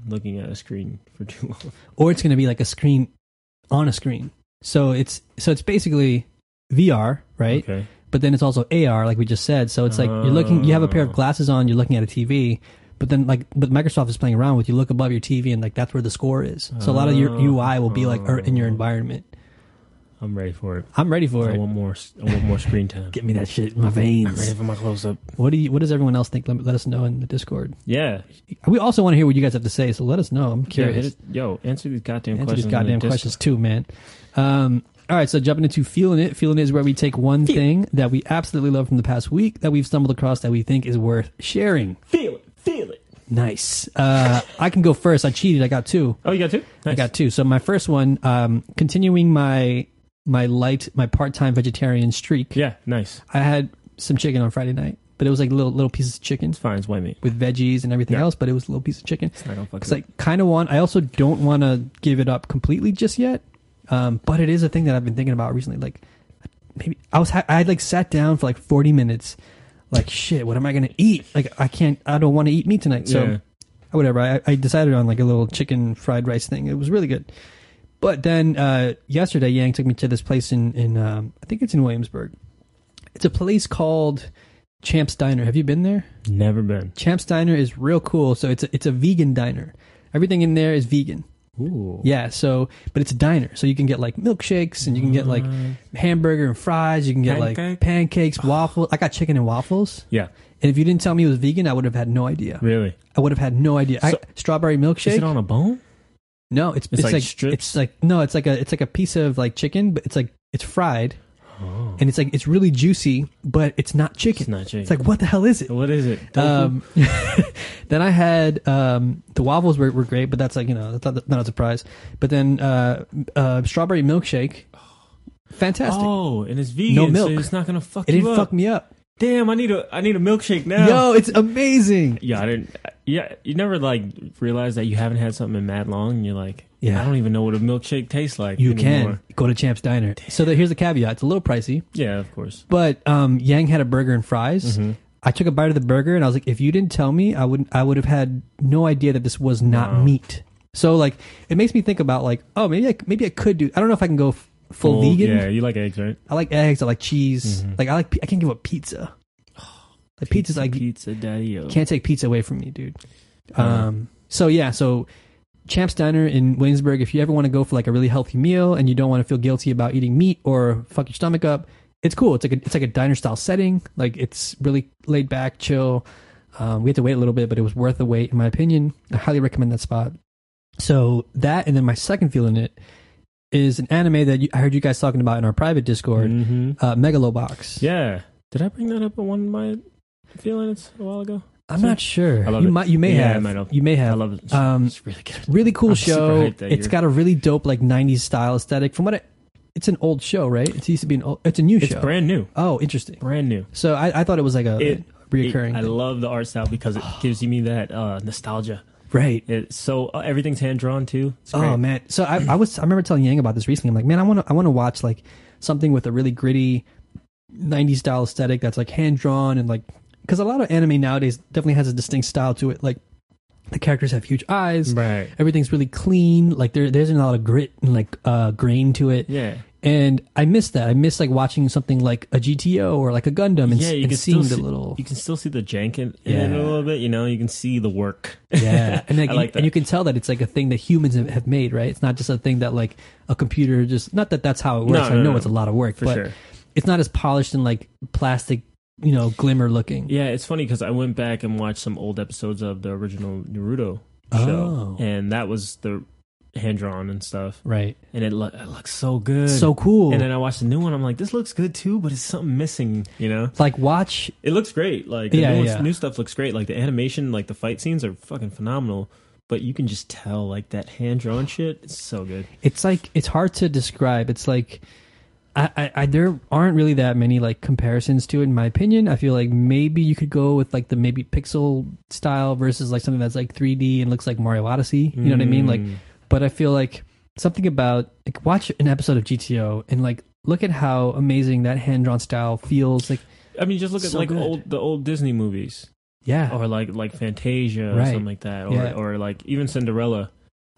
B: looking at a screen for too long.
A: or it's going to be like a screen on a screen. So it's so it's basically VR, right?
B: Okay.
A: But then it's also AR, like we just said. So it's like you're looking, you have a pair of
B: Oh.
A: glasses on, you're looking at a TV. But then, like, but Microsoft is playing around with you. Look above your TV, and like that's where the score is. So a lot of your
B: Oh.
A: UI will be like or in your environment.
B: I'm ready for it.
A: I'm ready for
B: I
A: it.
B: want more. s- I want more screen time.
A: Get me that shit in my
B: I'm ready
A: veins.
B: for my close up.
A: What do you? What does everyone else think? Let, let us know in the Discord.
B: Yeah.
A: We also want to hear what you guys have to say. So let us know. I'm
B: Yeah,
A: curious.
B: hit it. Yo, answer these goddamn
A: answer these
B: questions. on the
A: goddamn
B: Discord.
A: questions too, man. Um, all right, so jumping into feeling it. Feeling it is where we take one thing that we absolutely love from the past week that we've stumbled across that we think is worth sharing.
B: Feel it. Feel it.
A: Nice. Uh, I can go first. I cheated. I got two.
B: Oh, you got two?
A: I got two. So my first one, um, continuing my my light, my part time vegetarian streak.
B: Yeah, nice.
A: I had some chicken on Friday night, but it was like little little pieces of chicken
B: It's fine. It's white meat.
A: with veggies and everything
B: Yeah.
A: else. But it was a little piece of chicken.
B: It's not gonna fuck
A: Because
B: it
A: I kind of want. I also don't want to give it up completely just yet. Um, but it is a thing that I've been thinking about recently. Like maybe I was ha- I had like sat down for like forty minutes. Like shit, what am I gonna eat? Like I can't. I don't want to eat meat tonight. So
B: Yeah.
A: whatever. I, I decided on like a little chicken fried rice thing. It was really good. But then uh, yesterday, Yang took me to this place in in um, I think it's in Williamsburg. It's a place called Champs Diner. Have you been there?
B: up. Never been.
A: Champs Diner is real cool. So it's a, it's a vegan diner. Everything in there is vegan.
B: Ooh.
A: Yeah. So, but it's a diner, so you can get like milkshakes and you can get like hamburger and fries. You can get like
B: Mm-hmm. Pancake?
A: pancakes, waffles. I got chicken and waffles.
B: Yeah.
A: And if you didn't tell me it was vegan, I would have had no idea.
B: Really?
A: I would have had no idea. I,
B: So-
A: strawberry milkshake?
B: Is it on a bone?
A: no, it's, it's,
B: like
A: like
B: strips?
A: it's like no, it's like a it's like a piece of like chicken, but it's like it's fried
B: Oh.
A: and it's like it's really juicy, but it's not chicken.
B: It's not chicken.
A: It's like what the hell is it?
B: what is it? Tofu?
A: Um, then I had um, the waffles were, were great, but that's like you know that's not, not a surprise. But then uh, uh, strawberry milkshake, fantastic.
B: oh, and it's vegan.
A: No
B: So
A: milk.
B: it's not gonna fuck
A: it
B: you
A: didn't
B: up.
A: fuck me up.
B: Damn, I need a I need a milkshake now.
A: Yo, it's amazing.
B: Yeah, I didn't. Yeah, you never like realize that you haven't had something in mad long, and you're like,
A: Yeah.
B: I don't even know what a milkshake tastes like.
A: You
B: anymore.
A: can go to Champ's Diner. So there, here's the caveat: it's a little pricey,
B: Yeah, of course.
A: but um, Yang had a burger and
B: Mm-hmm.
A: fries. I took a bite of the burger and I was like, if you didn't tell me, I would I would have had no idea that this was not
B: Wow.
A: meat. So like, it makes me think about like, oh maybe I, maybe I could do. I don't know if I can go f- full,
B: Full-
A: vegan.
B: Yeah, Mm-hmm. you like eggs, right?
A: I like eggs. I like cheese. Like I like. pi- I can't give up pizza. Like pizza's like
B: pizza daddy.
A: can't take pizza away from me, dude.
B: Uh-huh.
A: Um. So yeah. So Champs Diner in Williamsburg. If you ever want to go for like a really healthy meal and you don't want to feel guilty about eating meat or fuck your stomach up, it's cool. It's like a, it's like a diner style setting. Like it's really laid back, chill. Um, we had to wait a little bit, but it was worth the wait in my opinion. I highly recommend that spot. So that, and then my second feeling it is an anime that you, I heard you guys talking about in our private Discord,
B: hmm
A: uh, Megalobox.
B: Yeah. Did I bring that up at one of my feelings a while ago?
A: I'm not sure.
B: I love
A: you
B: it.
A: might, you may
B: Yeah, I
A: have,
B: might have.
A: you may have.
B: I love it.
A: Um,
B: it's really good.
A: really cool
B: I'm super
A: show.
B: hyped that
A: It's
B: you're-
A: got a really dope like '90s style aesthetic. From what I, it's an old show, right? It used to be an old. It's a new
B: It's
A: show.
B: brand new.
A: oh, interesting.
B: Brand new.
A: So I, I thought it was like a
B: It-
A: reoccurring.
B: It- I
A: thing.
B: love the art style because it gives you me that uh, nostalgia.
A: right.
B: It's so uh, everything's hand drawn too. It's great.
A: Oh man. So I, I was I remember telling Yang about this recently. I'm like, man, I want to I want to watch like something with a really gritty '90s style aesthetic that's like hand drawn and like because a lot of anime nowadays definitely has a distinct style to it. Like the characters have huge eyes.
B: Right.
A: Everything's really clean. Like there, there's a lot of grit and like uh, grain to it.
B: Yeah.
A: and I miss that. I miss like watching something like a GTO or like a Gundam and,
B: yeah, you
A: and
B: can
A: seeing the
B: still see,
A: little
B: You can still see the jank in, in it
A: Yeah.
B: a little bit. You know, you can see the work.
A: yeah, and like,
B: I like
A: and you
B: that.
A: can tell that it's like a thing that humans have- have made, right? It's not just a thing that like a computer just. Not that that's how it works.
B: No, no,
A: I know
B: no.
A: it's a lot of work,
B: For
A: but
B: sure.
A: it's not as polished and like plastic, you know, glimmer looking.
B: Yeah, it's funny because I went back and watched some old episodes of the original Naruto
A: Oh.
B: show, and that was the hand drawn and stuff,
A: Right,
B: and it, lo- it looks so good,
A: so cool.
B: And then I watched the new one. I'm like, this looks good too, but it's something missing. You know,
A: like watch,
B: it looks great. Like the
A: Yeah,
B: new, ones-
A: yeah.
B: new stuff looks great. Like the animation, like the fight scenes are fucking phenomenal. But you can just tell, like that hand drawn shit, it's so good.
A: it's like it's hard to describe. It's like. I, I, I there aren't really that many like comparisons to it in my opinion. I feel like maybe you could go with like the maybe pixel style versus like something that's like 3D and looks like Mario Odyssey. You know what I mean? Like,
B: Mm.
A: but I feel like something about like watch an episode of GTO and like look at how amazing that hand drawn style feels. Like,
B: I mean, just look at
A: So
B: like
A: good.
B: old the old Disney movies.
A: yeah,
B: or like like Fantasia or
A: Right.
B: something like that, or
A: Yeah.
B: or like even Cinderella,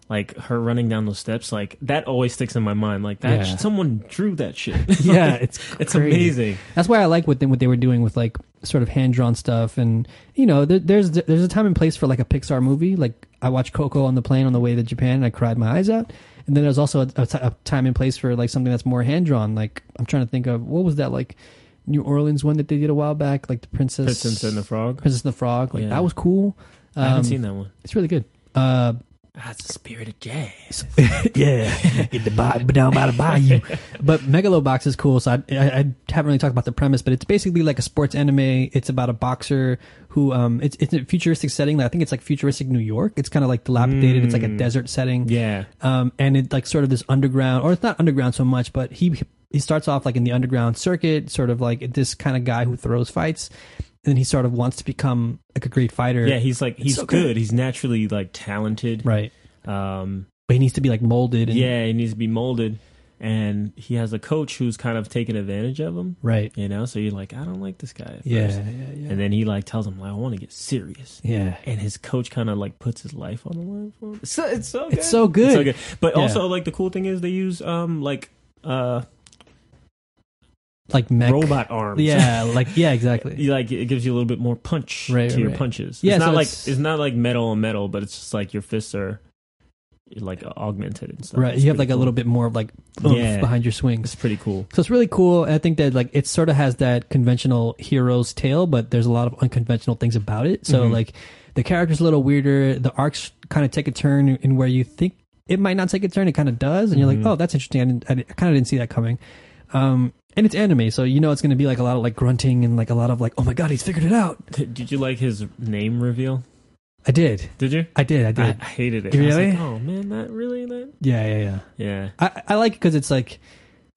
B: like her running down those steps, like that always sticks in my mind. Like that,
A: Yeah.
B: someone drew that shit.
A: yeah,
B: Like,
A: it's
B: it's
A: crazy.
B: amazing.
A: That's why I like what they, what they were doing with like sort of hand drawn stuff, and you know, there, there's there's a time and place for like a Pixar movie. Like I watched Coco on the plane on the way to Japan, and I cried my eyes out. And then there's also a, a ti- a time and place for like something that's more hand drawn. Like I'm trying to think of what was that like New Orleans one that they did a while back, like the Princess
B: Princess and the Frog.
A: Princess and the Frog. Like
B: Yeah.
A: that was cool.
B: I haven't
A: Um,
B: seen that one.
A: It's really good. Uh,
B: That's the spirit of jazz.
A: yeah, get the buy, down by the bayou. But Megalobox is cool. So I, I, I haven't really talked about the premise, but it's basically like a sports anime. It's about a boxer who um, it's it's a futuristic setting. I think it's like futuristic New York. It's kind of like dilapidated. It's like a
B: Mm.
A: desert setting.
B: Yeah,
A: Um, and it like sort of this underground, or it's not underground so much, but he he starts off like in the underground circuit, sort of like this kind of guy who throws fights. And he sort of wants to become like a great fighter.
B: yeah. He's like he's
A: so good.
B: good. He's naturally like talented.
A: Right.
B: Um,
A: But he needs to be like molded and
B: yeah, he needs to be molded, and he has a coach who's kind of taking advantage of him.
A: right.
B: You know, so you're like, I don't like this guy. At
A: Yeah,
B: first.
A: yeah, yeah.
B: and then he like tells him, like, I want to get serious.
A: yeah.
B: and his coach kind of like puts his life on the line for him. It's so, it's so good.
A: It's so good.
B: It's so good. But
A: Yeah.
B: also, like the cool thing is they use um like uh
A: Like mech.
B: robot arms.
A: Yeah, like yeah, exactly.
B: You, like it gives you a little bit more punch
A: Right,
B: to
A: right,
B: your
A: right.
B: punches.
A: Yeah,
B: it's
A: so
B: not like
A: it's-
B: it's not like metal on metal, but it's just like your fists are like augmented and stuff.
A: Right.
B: It's
A: You have like
B: pretty
A: a little
B: cool.
A: bit more of like oomph
B: Yeah.
A: behind your swings.
B: It's pretty cool.
A: So it's really cool. I think that like it sort of has that conventional hero's tale, but there's a lot of unconventional things about it. So
B: Mhm.
A: like the character's a little weirder. The arcs kind of take a turn in where you think it might not take a turn. It kind of does, and you're
B: Mhm.
A: like, oh, that's interesting. I, didn't, I, kind of didn't see that coming. Um, And it's anime, so you know it's going to be like a lot of like grunting and like a lot of like, oh my god, he's figured it out.
B: Did you like his name reveal?
A: I did,
B: Did you?
A: I did, I
B: I,
A: did.
B: I hated it.
A: You
B: I was
A: really?
B: like, oh man, that really that.
A: yeah, yeah, yeah.
B: Yeah,
A: I, I like it because it's like,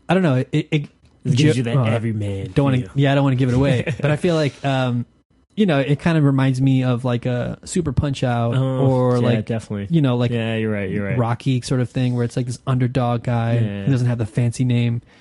A: I don't know, it, it, it
B: it gives you that
A: Oh, I
B: every man.
A: don't want
B: feel.
A: to, yeah, I don't want to give it away, but I feel like, um, you know, it kind of reminds me of like a Super Punch Out
B: Oh,
A: or
B: yeah,
A: like
B: definitely.
A: you know like
B: yeah, you're right. You're right.
A: Rocky sort of thing where it's like this underdog guy
B: Yeah.
A: who doesn't have the fancy name.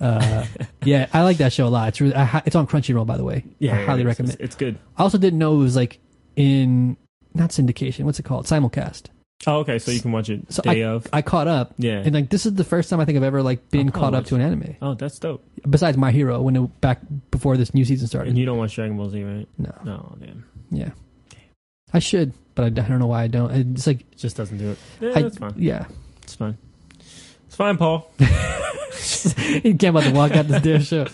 A: Uh, yeah, I like that show a lot. It's really, I, hi- it's on Crunchyroll by the way.
B: Yeah,
A: I
B: yeah,
A: highly
B: it's-
A: recommend.
B: It's, it's good.
A: I also didn't know it was like in not syndication. What's it called? Simulcast.
B: Oh, okay. So you can watch it
A: So
B: day of.
A: I caught up,
B: Yeah.
A: and like this is the first time I think I've ever like been
B: Oh,
A: caught up
B: nice.
A: to an anime
B: oh, that's dope.
A: besides My Hero when it back before this new season started.
B: And you don't watch Dragon Ball Z, right?
A: no,
B: No, damn.
A: yeah, I should, but I, I don't know why I don't. It's like
B: It just doesn't do it. Yeah,
A: I,
B: that's fine.
A: yeah,
B: It's fine. It's fine, Paul.
A: he came out to walk out this damn show.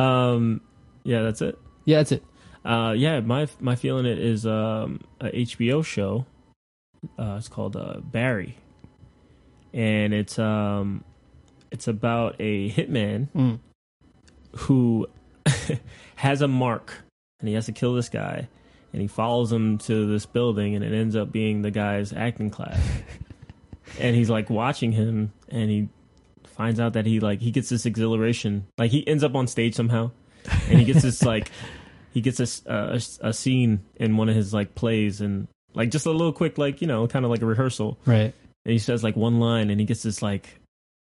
B: Um, yeah, that's it.
A: Yeah, that's it.
B: Uh, yeah, my my feeling it is um a HBO show. Uh, it's called uh, Barry, and it's um it's about a hitman
A: Mm.
B: who has a mark and he has to kill this guy and he follows him to this building and it ends up being the guy's acting class and he's like watching him and he finds out that he like he gets this exhilaration like he ends up on stage somehow and he gets this like he gets this uh, a, a scene in one of his like plays and like just a little quick like you know kind of like a rehearsal
A: Right.
B: and he says like one line and he gets this like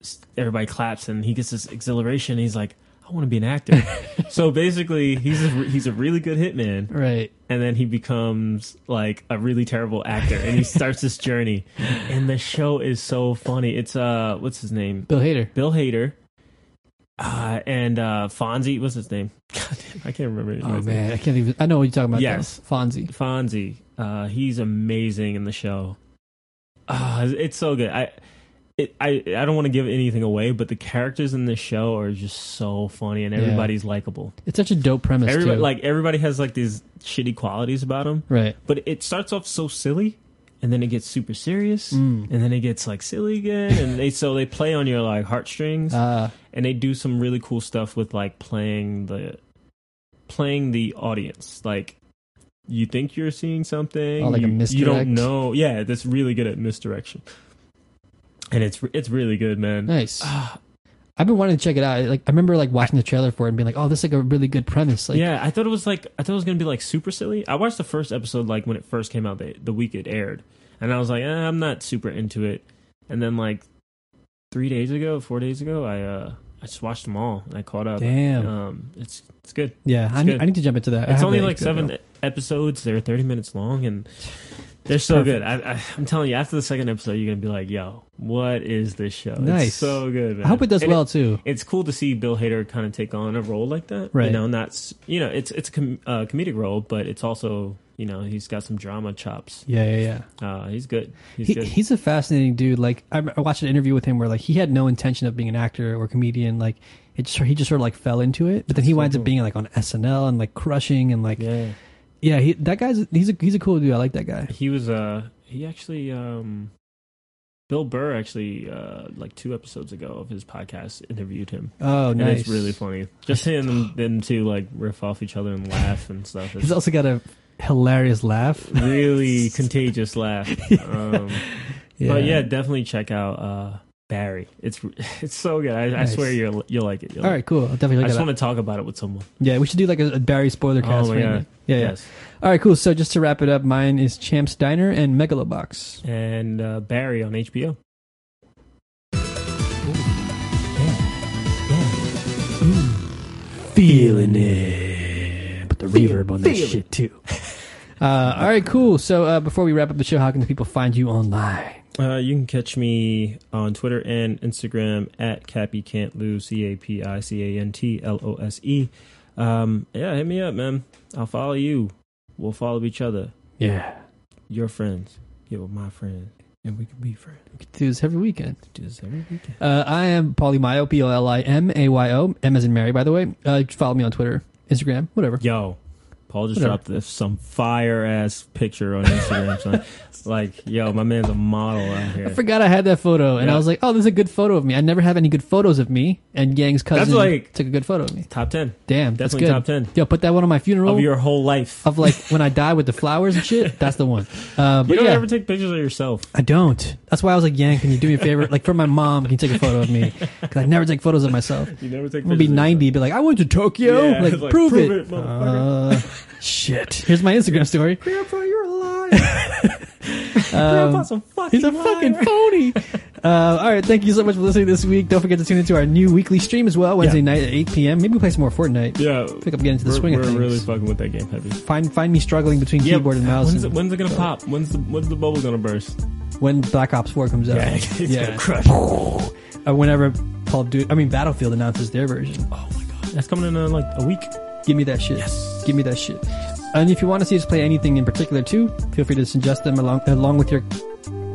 B: s- everybody claps and he gets this exhilaration and he's like i want to be an actor so basically he's a, re- he's a really good hitman
A: Right.
B: and then he becomes like a really terrible actor and he starts this journey and the show is so funny it's uh what's his name
A: Bill Hader.
B: bill hader uh, and uh, Fonzie, what's his name? God damn, I can't remember. his
A: Oh
B: name.
A: man, I can't even. I know what you're talking about.
B: Yes.
A: though. Fonzie.
B: Fonzie. Uh, he's amazing in the show. Uh, it's so good. I, it, I, I don't want to give anything away, but the characters in this show are just so funny, and
A: Yeah.
B: everybody's likable.
A: It's such a dope premise
B: Everybody
A: too.
B: like everybody has like these shitty qualities about them,
A: right.
B: but it starts off so silly, and then it gets super serious,
A: Mm.
B: and then it gets like silly again, and they so they play on your like heartstrings,
A: Uh,
B: and they do some really cool stuff with like playing the playing the audience like you think you're seeing something
A: Oh, like a
B: you, you
A: misdirect?
B: don't know yeah that's really good at misdirection and it's it's really good man
A: nice.
B: Ah,
A: I've been wanting to check it out. Like I remember like watching the trailer for it and being like, "Oh, this is like a really good premise." Like,
B: yeah i thought it was like i thought it was gonna be like super silly i watched the first episode like when it first came out the, the week it aired and i was like eh, i'm not super into it and then like three days ago four days ago i uh i just watched them all and i caught up
A: Damn.
B: um it's it's good
A: yeah. I
B: it's
A: need,
B: good.
A: I need to jump into that. I
B: It's
A: have
B: only
A: that
B: like
A: good,
B: seven
A: though.
B: episodes. They're thirty minutes long, and they're so
A: perfect.
B: good. I, I, I'm telling you, after the second episode, you're gonna be like, "Yo, what is this show?
A: Nice.
B: It's so good." Man.
A: I hope it does
B: And
A: well too.
B: it's cool to see Bill Hader kind of take on a role like that.
A: Right.
B: You know, not s- you know, it's it's a com- uh, comedic role, but it's also you know he's got some drama chops.
A: Yeah, yeah, yeah.
B: Uh, he's good. He's
A: He,
B: good.
A: he's a fascinating dude. Like I, I watched an interview with him where like he had no intention of being an actor or comedian. Like it just he just sort of like fell into it, but then
B: That's
A: he
B: so
A: winds up
B: cool.
A: being like on SNL and like crushing and like yeah,
B: yeah.
A: he, that guy's he's a he's a cool dude. I like that guy.
B: He was uh he actually um Bill Burr actually uh like two episodes ago of his podcast interviewed him.
A: Oh,
B: And
A: nice.
B: it's really funny. Just seeing them, them two like riff off each other and laugh and stuff.
A: He's
B: It's
A: also got a hilarious laugh.
B: really contagious laugh. Um, But yeah, definitely check out uh, Barry. It's it's so good. I,
A: Nice.
B: I swear you'll you'll like it. You'll
A: All
B: like
A: right, cool. I'll definitely
B: it.
A: look
B: I
A: at
B: just
A: that.
B: want to talk about it with someone.
A: Yeah, we should do like a, a Barry spoiler
B: Oh
A: cast.
B: my
A: for
B: God.
A: him. Yeah, yeah.
B: yes.
A: All right, cool. So just to wrap it up, mine is Champs Diner and Megalobox.
B: And uh, Barry on HBO.
A: Feeling it. Put the reverb on that shit too. Uh, all right, cool. So uh, before we wrap up the show, how can the people find you online?
B: Uh, you can catch me on Twitter and Instagram at Cappy Can't Lose, C A P I C A N T L O S E. Um, yeah, hit me up, man. I'll follow you. We'll follow each other.
A: Yeah,
B: Your friends. You're my friend. And we can be friends.
A: we could do this every weekend.
B: Do this every weekend.
A: Uh, I am Polymayo, P O L I M A Y O, M as in Mary, by the way. Uh, follow me on Twitter, Instagram, whatever.
B: Yo, Paul just
A: Whatever.
B: dropped this, some fire ass picture on Instagram. son. Like, yo, my man's a model out
A: I
B: here.
A: forgot I had that photo, and I
B: Yeah.
A: was like, "Oh, this is a good photo of me." I never have any good photos of me, and Yang's cousin
B: like-
A: took a good photo of me.
B: Top ten
A: Damn, that's
B: Definitely
A: good.
B: top 10.
A: Yo, put that one on my funeral
B: of
A: of,
B: your whole life.
A: like when I die with the flowers and shit. That's the one. Uh, but
B: You don't
A: yeah,
B: ever take pictures of yourself.
A: I don't. That's why I was like, "Yang, can you do me a favor? Like for my mom, can you take a photo of me? Because I never take photos of myself."
B: You never take.
A: I'm gonna be
B: pictures of
A: 90, be like, I went to Tokyo.
B: Yeah,
A: like,
B: it's like,
A: prove,
B: prove
A: it.
B: it,
A: uh, shit. Here's my Instagram story.
B: yourself. Grandpa, you're a liar. Grandpa's a fucking.
A: Um, He's a
B: liar.
A: fucking phony. Uh, all right, thank you so much for listening this week. Don't forget to tune into our new weekly stream as well, Wednesday
B: Yeah.
A: night at 8 p.m. Maybe we play some more Fortnite.
B: Yeah,
A: Pick up, get into the
B: we're,
A: swing of
B: we're
A: things.
B: really fucking with that game heavy.
A: Find find me struggling between keyboard and mouse.
B: When's it,
A: and-
B: when's it gonna pop? When's the when's the bubble gonna burst?
A: when Black Ops 4 comes out.
B: it's
A: Yeah.
B: gonna crush.
A: Uh, whenever Call of Duty, I mean Battlefield announces their version.
B: Oh my god, that's coming in uh, like a week.
A: Give me that shit.
B: Yes.
A: Give me that shit. And if you want to see us play anything in particular too, feel free to suggest them along along with your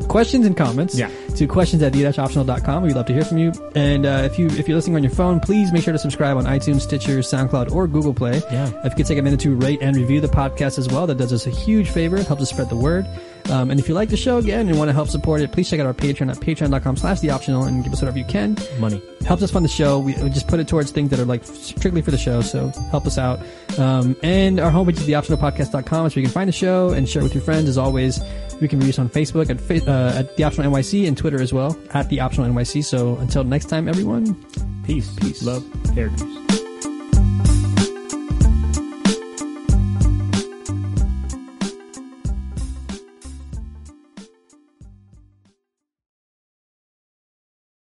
A: questions and comments
B: Yeah.
A: to questions at d-optional.com. We'd love to hear from you. And uh, if you if you're listening on your phone, please make sure to subscribe on iTunes, Stitcher, SoundCloud, or Google Play.
B: Yeah.
A: If you could take a minute to rate and review the podcast as well, that does us a huge favor. It helps us spread the word. Um, and if you like the show again and want to help support it, please check out our Patreon at patreon.com slash the optional and give us whatever you can
B: Money.
A: helps us fund the show. We we just put it towards things that are like strictly for the show, so help us out. Um, and our homepage is theoptionalpodcast.com, so you can find the show and share it with your friends. As always, you can reach us on Facebook at, fa- uh, at the optional NYC and Twitter as well at the optional NYC. So until next time, everyone,
B: Peace. Peace. Love. Hairdos.